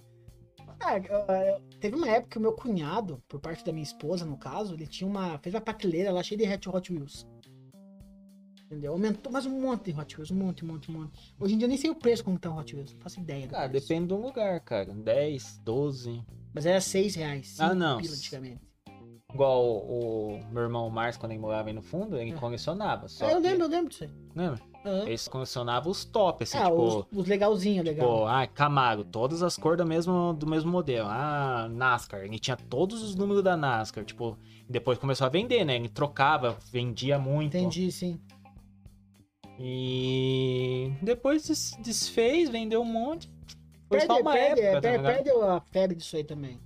Ah, eu- eu- teve uma época que o meu cunhado, por parte da minha esposa, no caso, ele tinha uma. fez uma prateleira lá cheia de Hot Hot Wheels. Entendeu? Aumentou mais um monte de Hot Wheels, um monte, um monte, um monte. Hoje em dia eu nem sei o preço como tá o Hot Wheels, não faço ideia. do
Cara,
preço.
Ah, depende do lugar, cara. 10, 12.
Mas era 6 reais.
Ah,
cinco
não.
Pila, antigamente.
Igual o, o meu irmão Márcio, quando ele morava aí no fundo, ele
É.
colecionava. Só
Ah, eu
que-
lembro, eu lembro disso aí.
Lembra?
Aham.
Eles colecionavam os top, assim,
ah,
tipo.
os, os legalzinhos, legal.
Tipo, ah, Camaro, todas as cores do mesmo, do mesmo modelo. Ah, NASCAR, ele tinha todos os números da NASCAR. Tipo, depois começou a vender, né? Ele trocava, vendia muito.
Entendi, sim.
E depois des- desfez, vendeu um monte. Foi
Perde,
só uma
perde,
época,
é,
tá
perde,
ligado?
perde a febre disso aí também.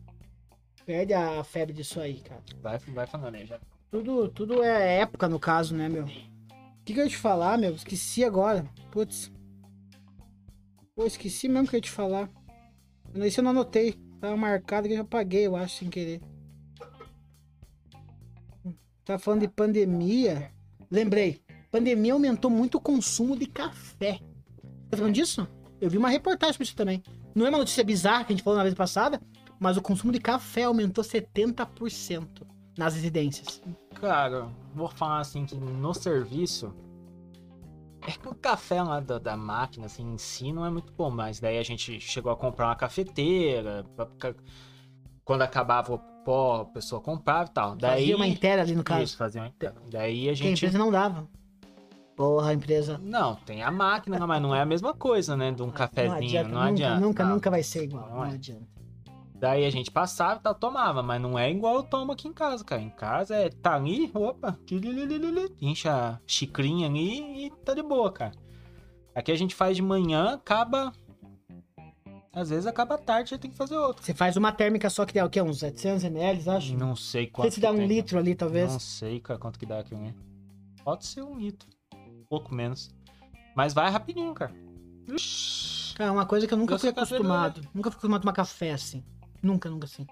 Perde a febre disso aí, cara.
Vai, vai falando aí já.
Tudo, tudo é época, no caso, né, meu? O que, que eu ia te falar, meu? Esqueci agora. Putz. Pô, esqueci mesmo que eu ia te falar. Isso eu não anotei. Tava marcado que eu já paguei, eu acho, sem querer. Tá falando de pandemia. Lembrei. Pandemia aumentou muito o consumo de café. Tá falando disso? Eu vi uma reportagem sobre isso também. Não é uma notícia bizarra que a gente falou na vez passada, mas o consumo de café aumentou 70% nas residências.
Cara, vou falar assim que no serviço. É que o café lá da, da máquina, assim, em si não é muito bom, mas daí a gente chegou a comprar uma cafeteira. pra- pra- quando acabava o pó, a pessoa comprava e tal. Daí.
Fazia uma inteira ali no caso.
Isso, fazia uma inteira. Daí
Porque
a
a
gente.
empresa não dava. Porra, a empresa.
Não, tem a máquina, lá, mas não é a mesma coisa, né? De um cafezinho, não adianta.
nunca, Nunca,
tá?
nunca vai ser igual. Não,
Não é.
adianta.
Daí a gente passava e tal, tomava, mas não é igual eu tomo aqui em casa, cara. Em casa é tá ali, opa, tililililili, enche a xicrinha ali e tá de boa, cara. Aqui a gente faz de manhã, acaba. Às vezes acaba à tarde, já tem que fazer outro.
Você faz uma térmica só que dá o quê? Uns 700 ml, acho?
Não sei
Não sei
quanto.
se dá
que
um
tem,
litro ali,
cara.
talvez.
Não sei, cara, quanto que dá aqui, né? Pode ser um litro, um pouco menos. Mas vai rapidinho, cara. Ixi,
Cara, é uma coisa que eu nunca
Eu
fui
sou caseiro,
acostumado. Nunca fui acostumado a tomar café assim. Nunca, nunca assim.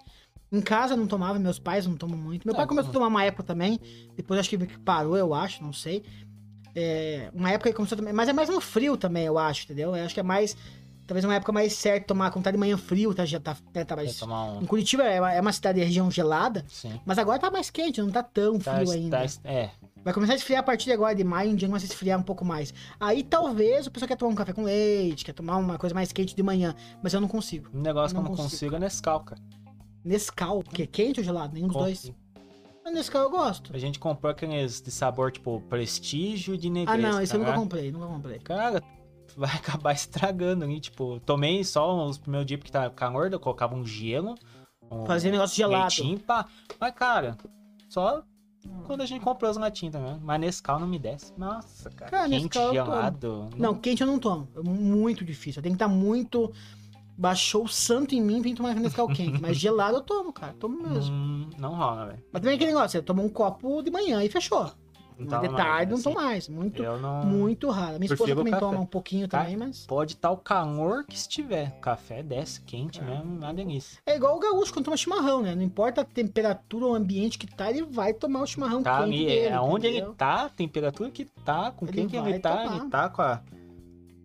Em casa eu não tomava, meus pais não tomam muito. Meu
É,
pai começou a
bom.
tomar uma época também. Depois acho que meio que parou, eu acho, não sei. É, uma época que começou também. Mas é mais no frio também, eu acho, entendeu? Eu acho que é mais. Talvez uma época mais certa tomar, quando tá de manhã frio, tá, já tá, tá, tá
Vai
mais.
tomar um.
Em Curitiba é uma- é uma cidade de região gelada,
Sim.
mas agora tá mais quente, não tá tão
Tá,
frio ainda.
tá, é,
Vai começar a esfriar a partir de agora de maio, em dia começa a esfriar um pouco mais. Aí talvez o pessoal quer tomar um café com leite, quer tomar uma coisa mais quente de manhã, mas eu não consigo.
um negócio
Não
que eu não
consigo.
consigo é Nescau, cara.
Nescau, que é quente ou gelado? Nenhum dos dois. Mas Nescau eu gosto.
A gente comprou aqueles de sabor, tipo, prestígio e de
Ah
negresco.
não, esse eu nunca
né?
comprei, nunca comprei.
Cara, vai acabar estragando ali, tipo, tomei só os primeiros dias porque tava calor, eu colocava um gelo. Um
Fazia negócio gelado.
leitinho, pá. Mas, cara, só quando a gente comprou os latinhos também. Mas Nescau não me desce. Nossa, cara,
Cara,
quente,
Nescau eu tomo.
gelado.
Não, quente eu não tomo. É muito difícil. Tem que estar muito. Baixou o santo em mim pra gente tomar Nescau quente. Mas gelado eu tomo, cara. Tomo é mesmo.
Hum, não rola, velho.
Mas também é aquele negócio, você toma um copo de manhã e fechou.
Não
Mas
toma
de
mais,
tarde não
assim.
tô mais. Muito,
Eu não...
muito raro. Minha esposa
Prefiro
também
café.
toma um pouquinho
Tá.
também, mas.
Pode estar o calor que estiver. Café desce, quente mesmo, uma delícia.
É igual o gaúcho quando toma chimarrão, né? Não importa a temperatura ou o ambiente que tá, ele vai tomar o chimarrão
Tá
quente
ali,
dele.
é onde
entendeu?
ele tá, a temperatura que tá, com
Ele
quem que ele
vai
tá,
tomar.
ele tá com a,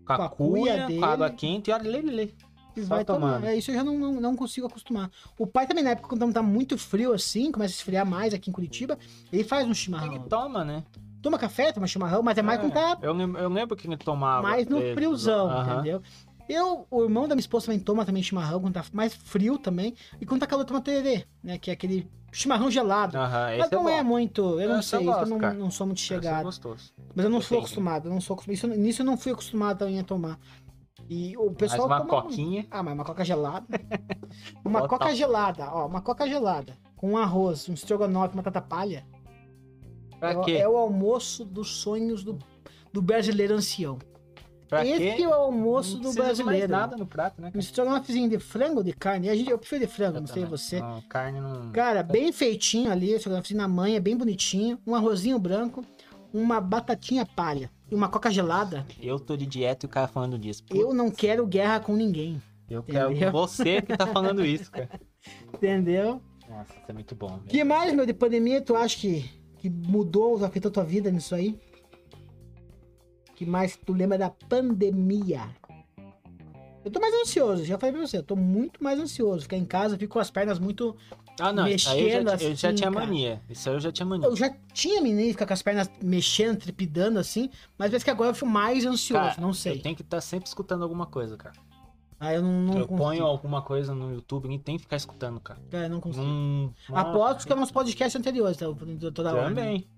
com a,
Com a
cuia,
cuia
com a água
dele.
quente, e olha, lê, lê, lê.
Ele
só
vai tomar.
tá tomando.
É, isso eu já não, não, não consigo acostumar. O pai também, na época, quando tá muito frio assim, começa a esfriar mais aqui em Curitiba, ele faz um
Ele
chimarrão.
toma, né?
Toma café, toma chimarrão, mas é mais quando tá Ah,
eu, lembro, eu lembro que ele tomava.
mais no
preto,
friozão,
aham.
entendeu? Eu, o irmão da minha esposa também toma também chimarrão quando tá mais frio também. E quando tá calor, toma tererê, né? Que é aquele chimarrão gelado.
Aham,
Mas
esse é
não
bom.
é muito, eu não
Esse
sei,
eu
isso
gosto,
eu não,
cara.
não sou muito
Esse é
chegado.
gostoso.
Mas eu não sou
Depende.
acostumado, eu não sou acostumado. Isso, nisso eu não fui acostumado também a tomar. E o
Mas
pessoal
uma
toma muito.
coquinha.
Ah, mas uma coca gelada. uma
Total.
coca gelada, ó, uma coca gelada. Com um arroz, um estrogonofe, uma batata palha. É,
Pra
o-
quê?
é o almoço dos sonhos do, do brasileiro ancião.
Pra
Esse
quê?
que é o almoço
Não
do
precisa de
brasileiro.
mais nada no prato, né?
Um
cara?
estrogonofezinho de frango ou de carne. A gente, eu prefiro de frango, não sei
Também. Ah, tá.
você.
Não, carne não...
Cara, bem feitinho ali, o estrogonofezinho na manha, bem bonitinho. Um arrozinho branco, uma batatinha palha e uma coca gelada.
Eu tô de dieta e o cara falando disso. Putz,
Eu não quero guerra com ninguém.
eu quero
entendeu?
você que tá falando isso, cara.
Entendeu?
Nossa, isso é muito bom.
O
velho.
que mais, meu, de pandemia, tu acha que, que mudou, afetou tua vida nisso aí? que mais tu lembra da pandemia? Eu tô mais ansioso, já falei pra você, eu tô muito mais ansioso. Ficar em casa, eu fico com as pernas muito.
Ah, não, isso aí eu já,
mexendo
eu já
assim,
tinha
cara.
mania. Isso aí eu já tinha mania.
Eu já tinha menino ficar com as pernas mexendo, trepidando assim, mas parece que agora eu fico mais ansioso,
Cara,
não sei.
Eu tenho que estar sempre escutando alguma coisa, cara.
Ah, eu não, não
eu
consigo.
ponho alguma coisa no YouTube e tem que ficar escutando, cara.
Cara, eu não consigo.
Hum,
Aposto que é nos podcasts anteriores, tá? toda hora. né?
Também.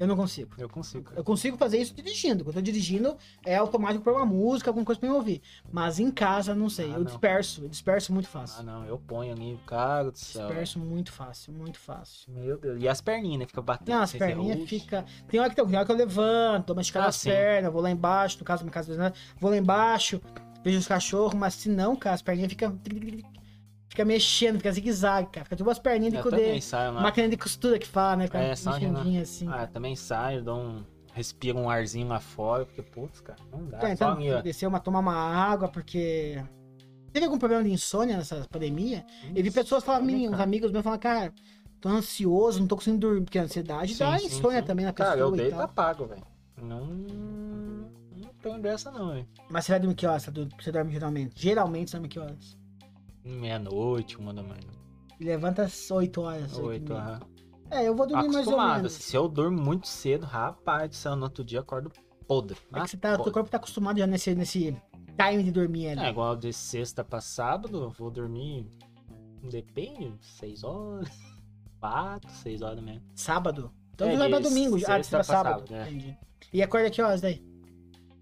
Eu não consigo.
Eu consigo, cara.
Eu consigo fazer isso dirigindo. Quando eu tô dirigindo, é automático pra uma música, alguma coisa pra eu ouvir. Mas em casa, não sei.
Ah,
eu
não.
disperso, eu disperso muito
Ah,
fácil.
não, eu ponho ali, cara do céu.
disperso muito fácil, muito fácil.
Meu Deus. E as perninhas, né? Fica batendo.
Não, as
sem ser
perninhas
roxo.
fica. Tem hora, que, tem hora que eu levanto, dou uma esticada
Ah,
nas
sim.
pernas, vou lá embaixo, no caso, minha casa vizinha, vou lá embaixo, vejo os cachorros, mas se não, cara, as perninhas fica. Fica mexendo, fica zigue-zague, cara. Fica tipo as perninhas de
Eu
poder.
também saio lá.
Máquina de costura que fala, né? Fica
É, só uma
mexendinha assim.
Ah, eu também saio, dou um. Respiro um arzinho lá fora, porque, putz, cara, não dá.
Tá,
Só
então
ali, ó.
descer uma, tomar uma água, porque. Teve algum problema de insônia nessa pandemia? Eu vi pessoas falando,
Insônia,
meninos,
tá cara.
amigos meus falando, cara, tô ansioso, não tô conseguindo dormir, porque a ansiedade
Sim,
dá
sim,
insônia
sim.
também na pessoa
Cara, eu tá?
e
deito
tal.
apago, velho. Não. Não tenho dessa, não, velho.
Mas você vai dormir que horas? Você dorme- Você dorme geralmente? Geralmente você dorme que horas?
Meia-noite, uma da manhã.
E levanta às 8 horas. oito e
Oito,
meia.
aham.
É, eu vou dormir mais ou
Acostumado.
menos.
assim, Se eu durmo muito cedo, rapaz, do céu, no outro dia eu acordo podre.
É
Ah,
que você tá, teu
podre.
corpo tá acostumado já nesse, nesse time de dormir ali.
É, igual de sexta pra sábado, eu vou dormir. Depende, seis horas. Quatro, seis horas mesmo.
Sábado. Então
É,
tu vai pra
de
domingo, ah, de
sexta
sexta pra
pra
sábado.
sábado, né?
Entendi. E acorda que horas daí?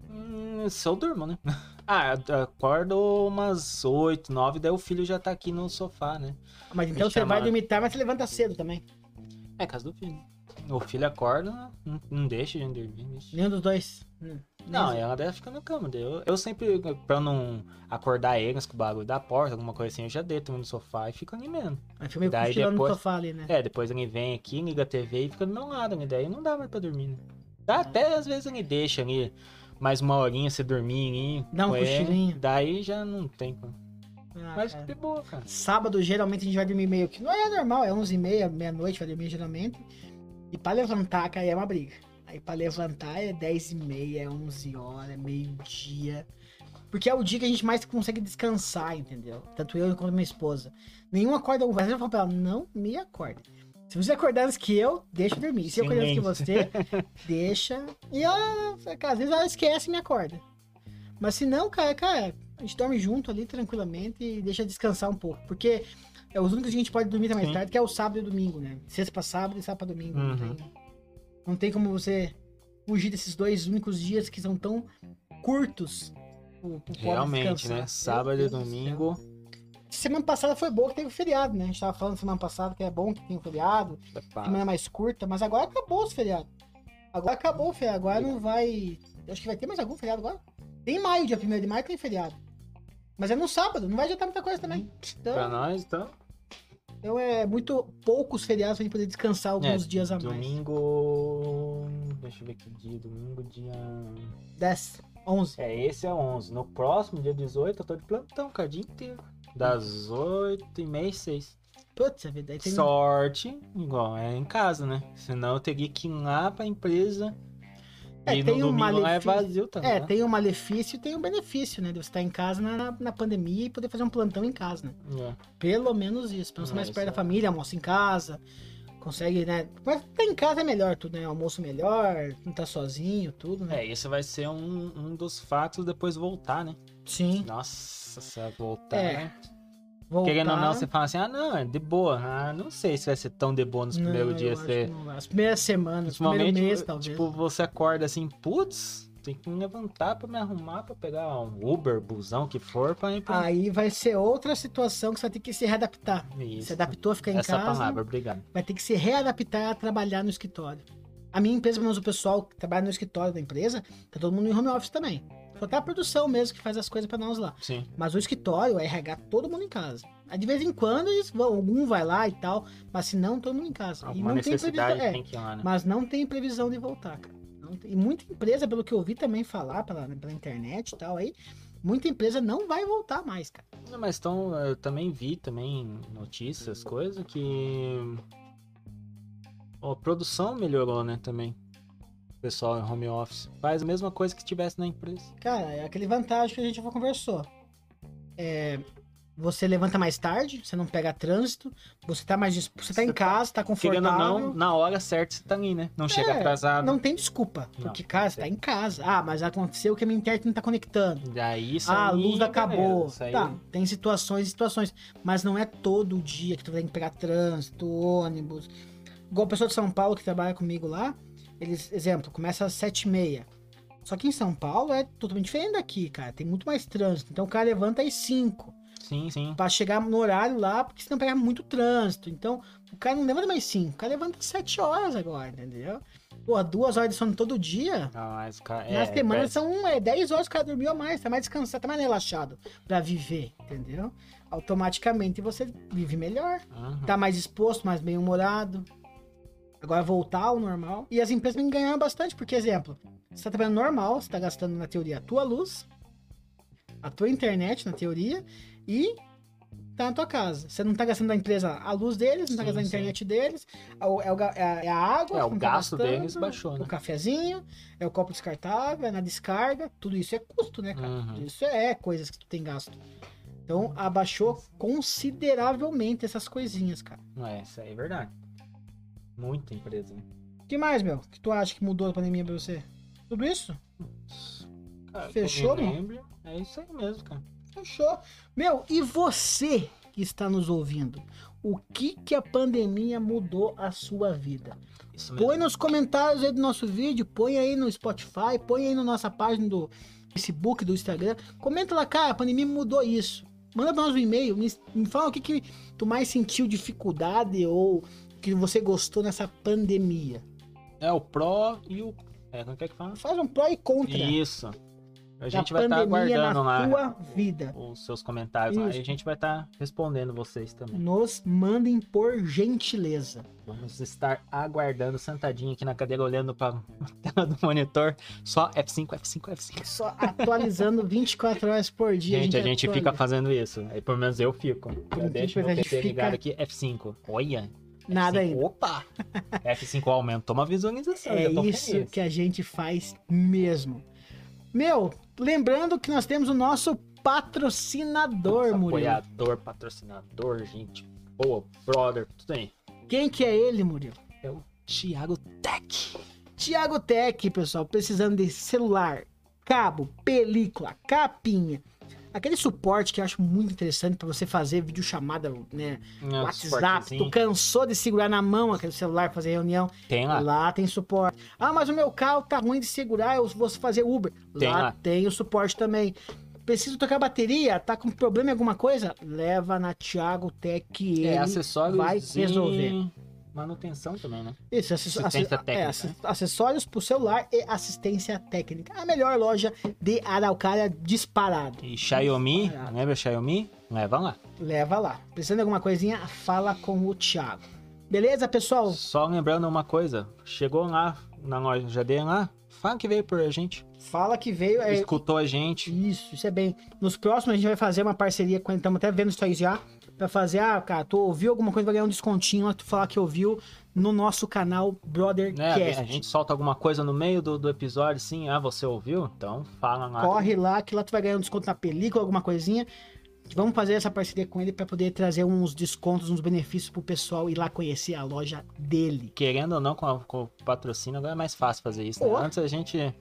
Hum, se eu durmo, né? Ah, eu acordo umas oito, nove, daí o filho já tá aqui no sofá, né?
Mas então você vai
chamaram.
dormir tarde, mas você levanta cedo também.
É casa do filho. O filho acorda, não, não deixa a gente dormir. bicho.
Nenhum dos dois. Hum.
Não, ela deve ficar na cama. daí Eu, eu sempre, pra eu não acordar eles com o bagulho da porta, alguma coisa assim, eu já deito no sofá e fico ali mesmo.
Aí fica meio
Daí
cochilando
depois-
no sofá ali, né?
É, depois ele vem aqui, liga a TV e fica do meu lado, né? Daí não dá mais pra dormir, né?
É.
Dá até às vezes ele deixa ali mais uma horinha você dormir ali.
Dá um
com ele,
cochilinho.
Daí já não tem como.
Ah,
Mas
cara.
de boa, cara.
Sábado, geralmente, a gente vai dormir meio que... Não é normal, é 11h30, meia-noite, vai dormir geralmente. E pra levantar, cara, é uma briga. Aí pra levantar é 10h30, é 11 horas, é meio-dia. Porque é o dia que a gente mais consegue descansar, entendeu? Tanto eu quanto minha esposa. Nenhum acorda... Às vezes eu falo pra ela, não me acorde. Se você acordar antes que eu, deixa eu dormir. Se eu acordar antes que você, deixa. E ela, cara, às vezes ela esquece e me acorda. Mas se não, cara, cara, a gente dorme junto ali tranquilamente e deixa descansar um pouco. Porque é os únicos que a gente pode dormir até mais
Sim.
tarde, que é o sábado e o domingo, né? Sexta pra sábado e sábado pra domingo. Não,
Uhum.
tem, não tem como você fugir desses dois únicos dias que são tão curtos. pro- pro pobre
Realmente,
descansar.
né?
Meu
Sábado e
Deus do céu.
domingo.
Semana passada foi boa que teve o feriado, né? A gente tava falando semana passada que é bom que tem o feriado
é Tá.
semana mais curta, mas agora acabou os feriados. Agora acabou o feriado, agora não vai. eu Acho que vai ter mais algum feriado agora? Tem maio, dia 1 de maio tem feriado. Mas é no sábado, não vai adiantar muita coisa também.
Pra
Então,
nós, então.
então é muito poucos feriados pra gente poder descansar alguns
É,
dias a mais.
Domingo. Deixa eu ver que dia. Domingo, dia.
10, 11.
É, esse é 11. No próximo, dia 18, eu tô de plantão, cara, o dia inteiro. Das 8 e meia às 6.
Putz, a vida aí tem. um-
Sorte, igual, é em casa, né? Senão eu teria que ir lá pra empresa.
É,
e no
tem um
domingo lá é
malefício-
vazio também.
É,
né?
tem um malefício e tem um benefício, né? De você estar em casa na, na pandemia e poder fazer um plantão em casa, né?
É.
Pelo menos isso. Pelo menos mais
Mas,
perto da
é.
família, almoço em casa. Consegue, né? Mas tá em casa é melhor tudo, né? Almoço melhor, não tá sozinho, tudo, né?
É, esse vai ser um, um dos fatos depois voltar, né?
Sim.
Nossa, se voltar.
É.
né?
Voltar,
Querendo ou não, você fala assim, ah, não, é de boa. Ah, não sei se vai ser tão de boa nos
Não,
primeiros
eu
dias.
acho
Você...
que não. As primeiras semanas, os primeiros
Principalmente,
meses, talvez.
tipo, você acorda assim, putz, tem que me levantar pra me arrumar, pra pegar um Uber, busão, que for, pra ir pra... um-"
Aí vai ser outra situação que você vai ter que se readaptar.
Isso.
Se adaptou a ficar em
Essa é
casa,
palavra, obrigado.
vai ter que se readaptar a trabalhar no escritório. A minha empresa, pelo menos o pessoal que trabalha no escritório da empresa, tá todo mundo em home office também. Só até a produção mesmo que faz as coisas pra nós lá.
Sim.
Mas o escritório, o RH, todo mundo em casa. Aí de vez em quando eles vão, algum vai lá e tal, mas se não, todo mundo em casa.
Alguma
e não tem
necessidade
previsão.
tem,
É,
que ir lá, né?
mas não tem previsão de voltar, cara. Não tem- E muita empresa, pelo que eu vi também falar pela, pela internet e tal aí, muita empresa não vai voltar mais, cara.
Não, mas então, eu também vi também notícias, coisas que... Ó, a produção melhorou, né, também. O pessoal em home office faz a mesma coisa que tivesse na empresa.
Cara, é aquele vantagem que a gente já conversou. É, você levanta mais tarde, você não pega trânsito, você tá mais disp... você tá
Você
em casa, tá
Querendo
confortável.
ou não, na hora certa você tá ali, né? Não chega
É,
atrasado.
Não tem desculpa,
Não,
porque, cara, você tá em casa. Ah, mas aconteceu que a minha internet não tá conectando.
Daí isso
ah, a
aí,
luz
beleza,
acabou.
isso aí-
Tá, tem situações e situações. Mas não é todo dia que tu tem que pegar trânsito, ônibus. Igual o pessoal de São Paulo que trabalha comigo lá, eles, exemplo, começa às 7h30. Só que em São Paulo é totalmente diferente daqui, cara. Tem muito mais trânsito. Então o cara levanta às 5
Sim, sim.
pra chegar no horário lá, porque senão pega muito trânsito. Então, o cara não levanta mais 5, o cara levanta 7 horas agora, entendeu? Pô, duas horas de sono todo dia.
Ah, mas, cara, é,
Nas semanas
parece-
são é, 10 horas que o cara dormiu a mais, tá mais descansado, tá mais relaxado pra viver, entendeu? Automaticamente você vive melhor,
Aham. É,
tá mais exposto, mais bem-humorado. Agora voltar ao normal. E as empresas vêm ganhar bastante, porque, exemplo, você tá trabalhando normal, você tá gastando, na teoria, a tua luz, a tua internet, na teoria, e tá na tua casa. Você não tá gastando da empresa a luz deles, não tá
Sim,
gastando a
sim.
internet deles, é o- é, o ga- é a, é a água,
É,
que
o
não tá
gasto
gastando,
deles baixou, né?
O cafezinho, é o copo descartável, é na descarga, tudo isso é custo, né, cara?
Uhum.
Tudo Isso é coisas que tu tem gasto. Então, abaixou consideravelmente essas coisinhas, cara.
Não é, isso aí é verdade. Muita empresa. né?
O que mais, meu? O que tu acha que mudou da pandemia pra você? Tudo isso?
Cara,
Fechou,
que eu me
mano?
lembre, É isso aí mesmo, cara.
Fechou. Meu, e você que está nos ouvindo? O que que a pandemia mudou a sua vida?
Isso mesmo.
Põe nos comentários aí do nosso vídeo, põe aí no Spotify, põe aí na nossa página do Facebook, do Instagram. Comenta lá, cara, a pandemia mudou isso. Manda pra nós um e-mail, me, me fala o que, que tu mais sentiu dificuldade ou que você gostou nessa pandemia.
É o pró e o. É, como é que é que fala?
Faz um pró e contra
Isso. A gente
da
vai estar
pandemia na
aguardando lá
sua vida.
os seus comentários lá.
Isso.
E a gente vai estar respondendo vocês também.
Nos mandem por gentileza.
Vamos estar aguardando, sentadinho aqui na cadeira, olhando pra tela do monitor. Só F5, F5, F5.
Só atualizando 24 horas por dia.
Gente, a gente
atualiza.
fica fazendo isso. Aí pelo menos eu fico.
enquanto,
Eu deixo meu
a gente
PC
fica-
ligado aqui, F5. Olha.
Nada
F5,
ainda.
Opa! F5 aumentou uma visualização.
É
já tô
isso
feliz.
que a gente faz mesmo. Meu, lembrando que nós temos o nosso patrocinador,
Nosso
Murilo.
Apoiador, patrocinador, gente. Boa, brother, tudo aí.
Quem que é ele, Murilo?
É o Thiago Tech.
Tiago Tech, pessoal, precisando de celular, cabo, película, capinha. Aquele suporte que eu acho muito interessante para você fazer videochamada, né?
Um
WhatsApp, tu
suportezinho.
cansou de segurar na mão aquele celular, fazer reunião.
Tem lá.
Lá tem suporte. Ah, mas o meu carro tá ruim de segurar, eu vou fazer Uber.
Tem ah.
lá,
lá.
tem o suporte também. Preciso tocar bateria? Tá com problema em alguma coisa? Leva na Thiago Tech. ele.
É acessórios
vai
e
resolver.
manutenção também, né?
Isso, acess-
assistência
acess-
técnica,
é, assis- acessórios pro celular e assistência técnica. A melhor loja de Araucária disparado.
E Xiaomi,
Disparado.
lembra Xiaomi? Leva lá.
Leva lá. Precisando de alguma coisinha? Fala com o Thiago. Beleza, pessoal?
Só lembrando uma coisa. Chegou lá na loja JD lá, fala que veio por a gente.
Fala que veio. é-
Escutou a gente. né?
Isso, isso é bem. Nos próximos a gente vai fazer uma parceria com ele, estamos até vendo isso aí já. Pra fazer, ah, cara, tu ouviu alguma coisa, vai ganhar um descontinho lá, tu falar que ouviu no nosso canal
Né?
Brothercast.
A gente solta alguma coisa no meio do, do episódio, sim. Ah, você ouviu? Então fala lá.
Corre lá, que lá tu vai ganhar um desconto na película, alguma coisinha. Vamos fazer essa parceria com ele pra poder trazer uns descontos, uns benefícios pro pessoal ir lá conhecer a loja dele.
Querendo ou não, com, a- com o patrocínio, agora é mais fácil fazer isso. né?
Pô.
Antes a gente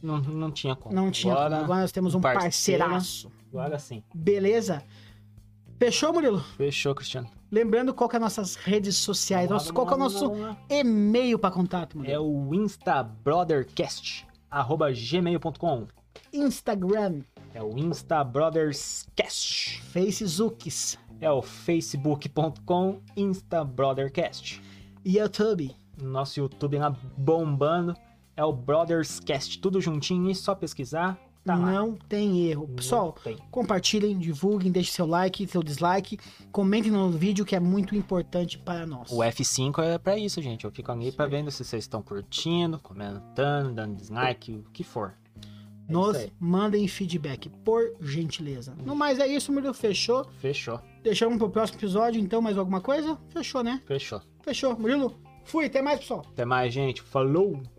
não, não tinha como.
Não tinha,
Agora,
agora nós temos um
parceira.
parceiraço.
agora sim.
Beleza? Fechou, Murilo?
Fechou, Cristiano.
Lembrando qual que é nossas redes sociais.
Vamos
Nosso,
lá,
qual que é o
vamos lá,
nosso
vamos lá.
e-mail pra contato, Murilo?
É o InstaBrotherCast, arroba gmail.com.
Instagram,
É o InstaBrothersCast.
Facebooks,
É o facebook.com InstaBrotherCast.
YouTube.
Nosso YouTube lá bombando. É o BrothersCast, tudo juntinho, e só pesquisar. Tá lá.
Não tem erro.
Não
Pessoal,
tem.
compartilhem, divulguem, deixem seu like, seu dislike, comentem no vídeo que é muito importante para nós.
O F5 é pra isso, gente. Eu fico ali pra vendo se vocês estão curtindo, comentando, dando dislike, o que for. É
Nos
isso aí.
mandem feedback, por gentileza. No mais é isso, Murilo. Fechou.
Fechou,
Deixamos pro próximo episódio, então, mais alguma coisa? Fechou, né?
fechou.
Fechou. Murilo, fui. Até mais, pessoal.
Até mais, gente. Falou!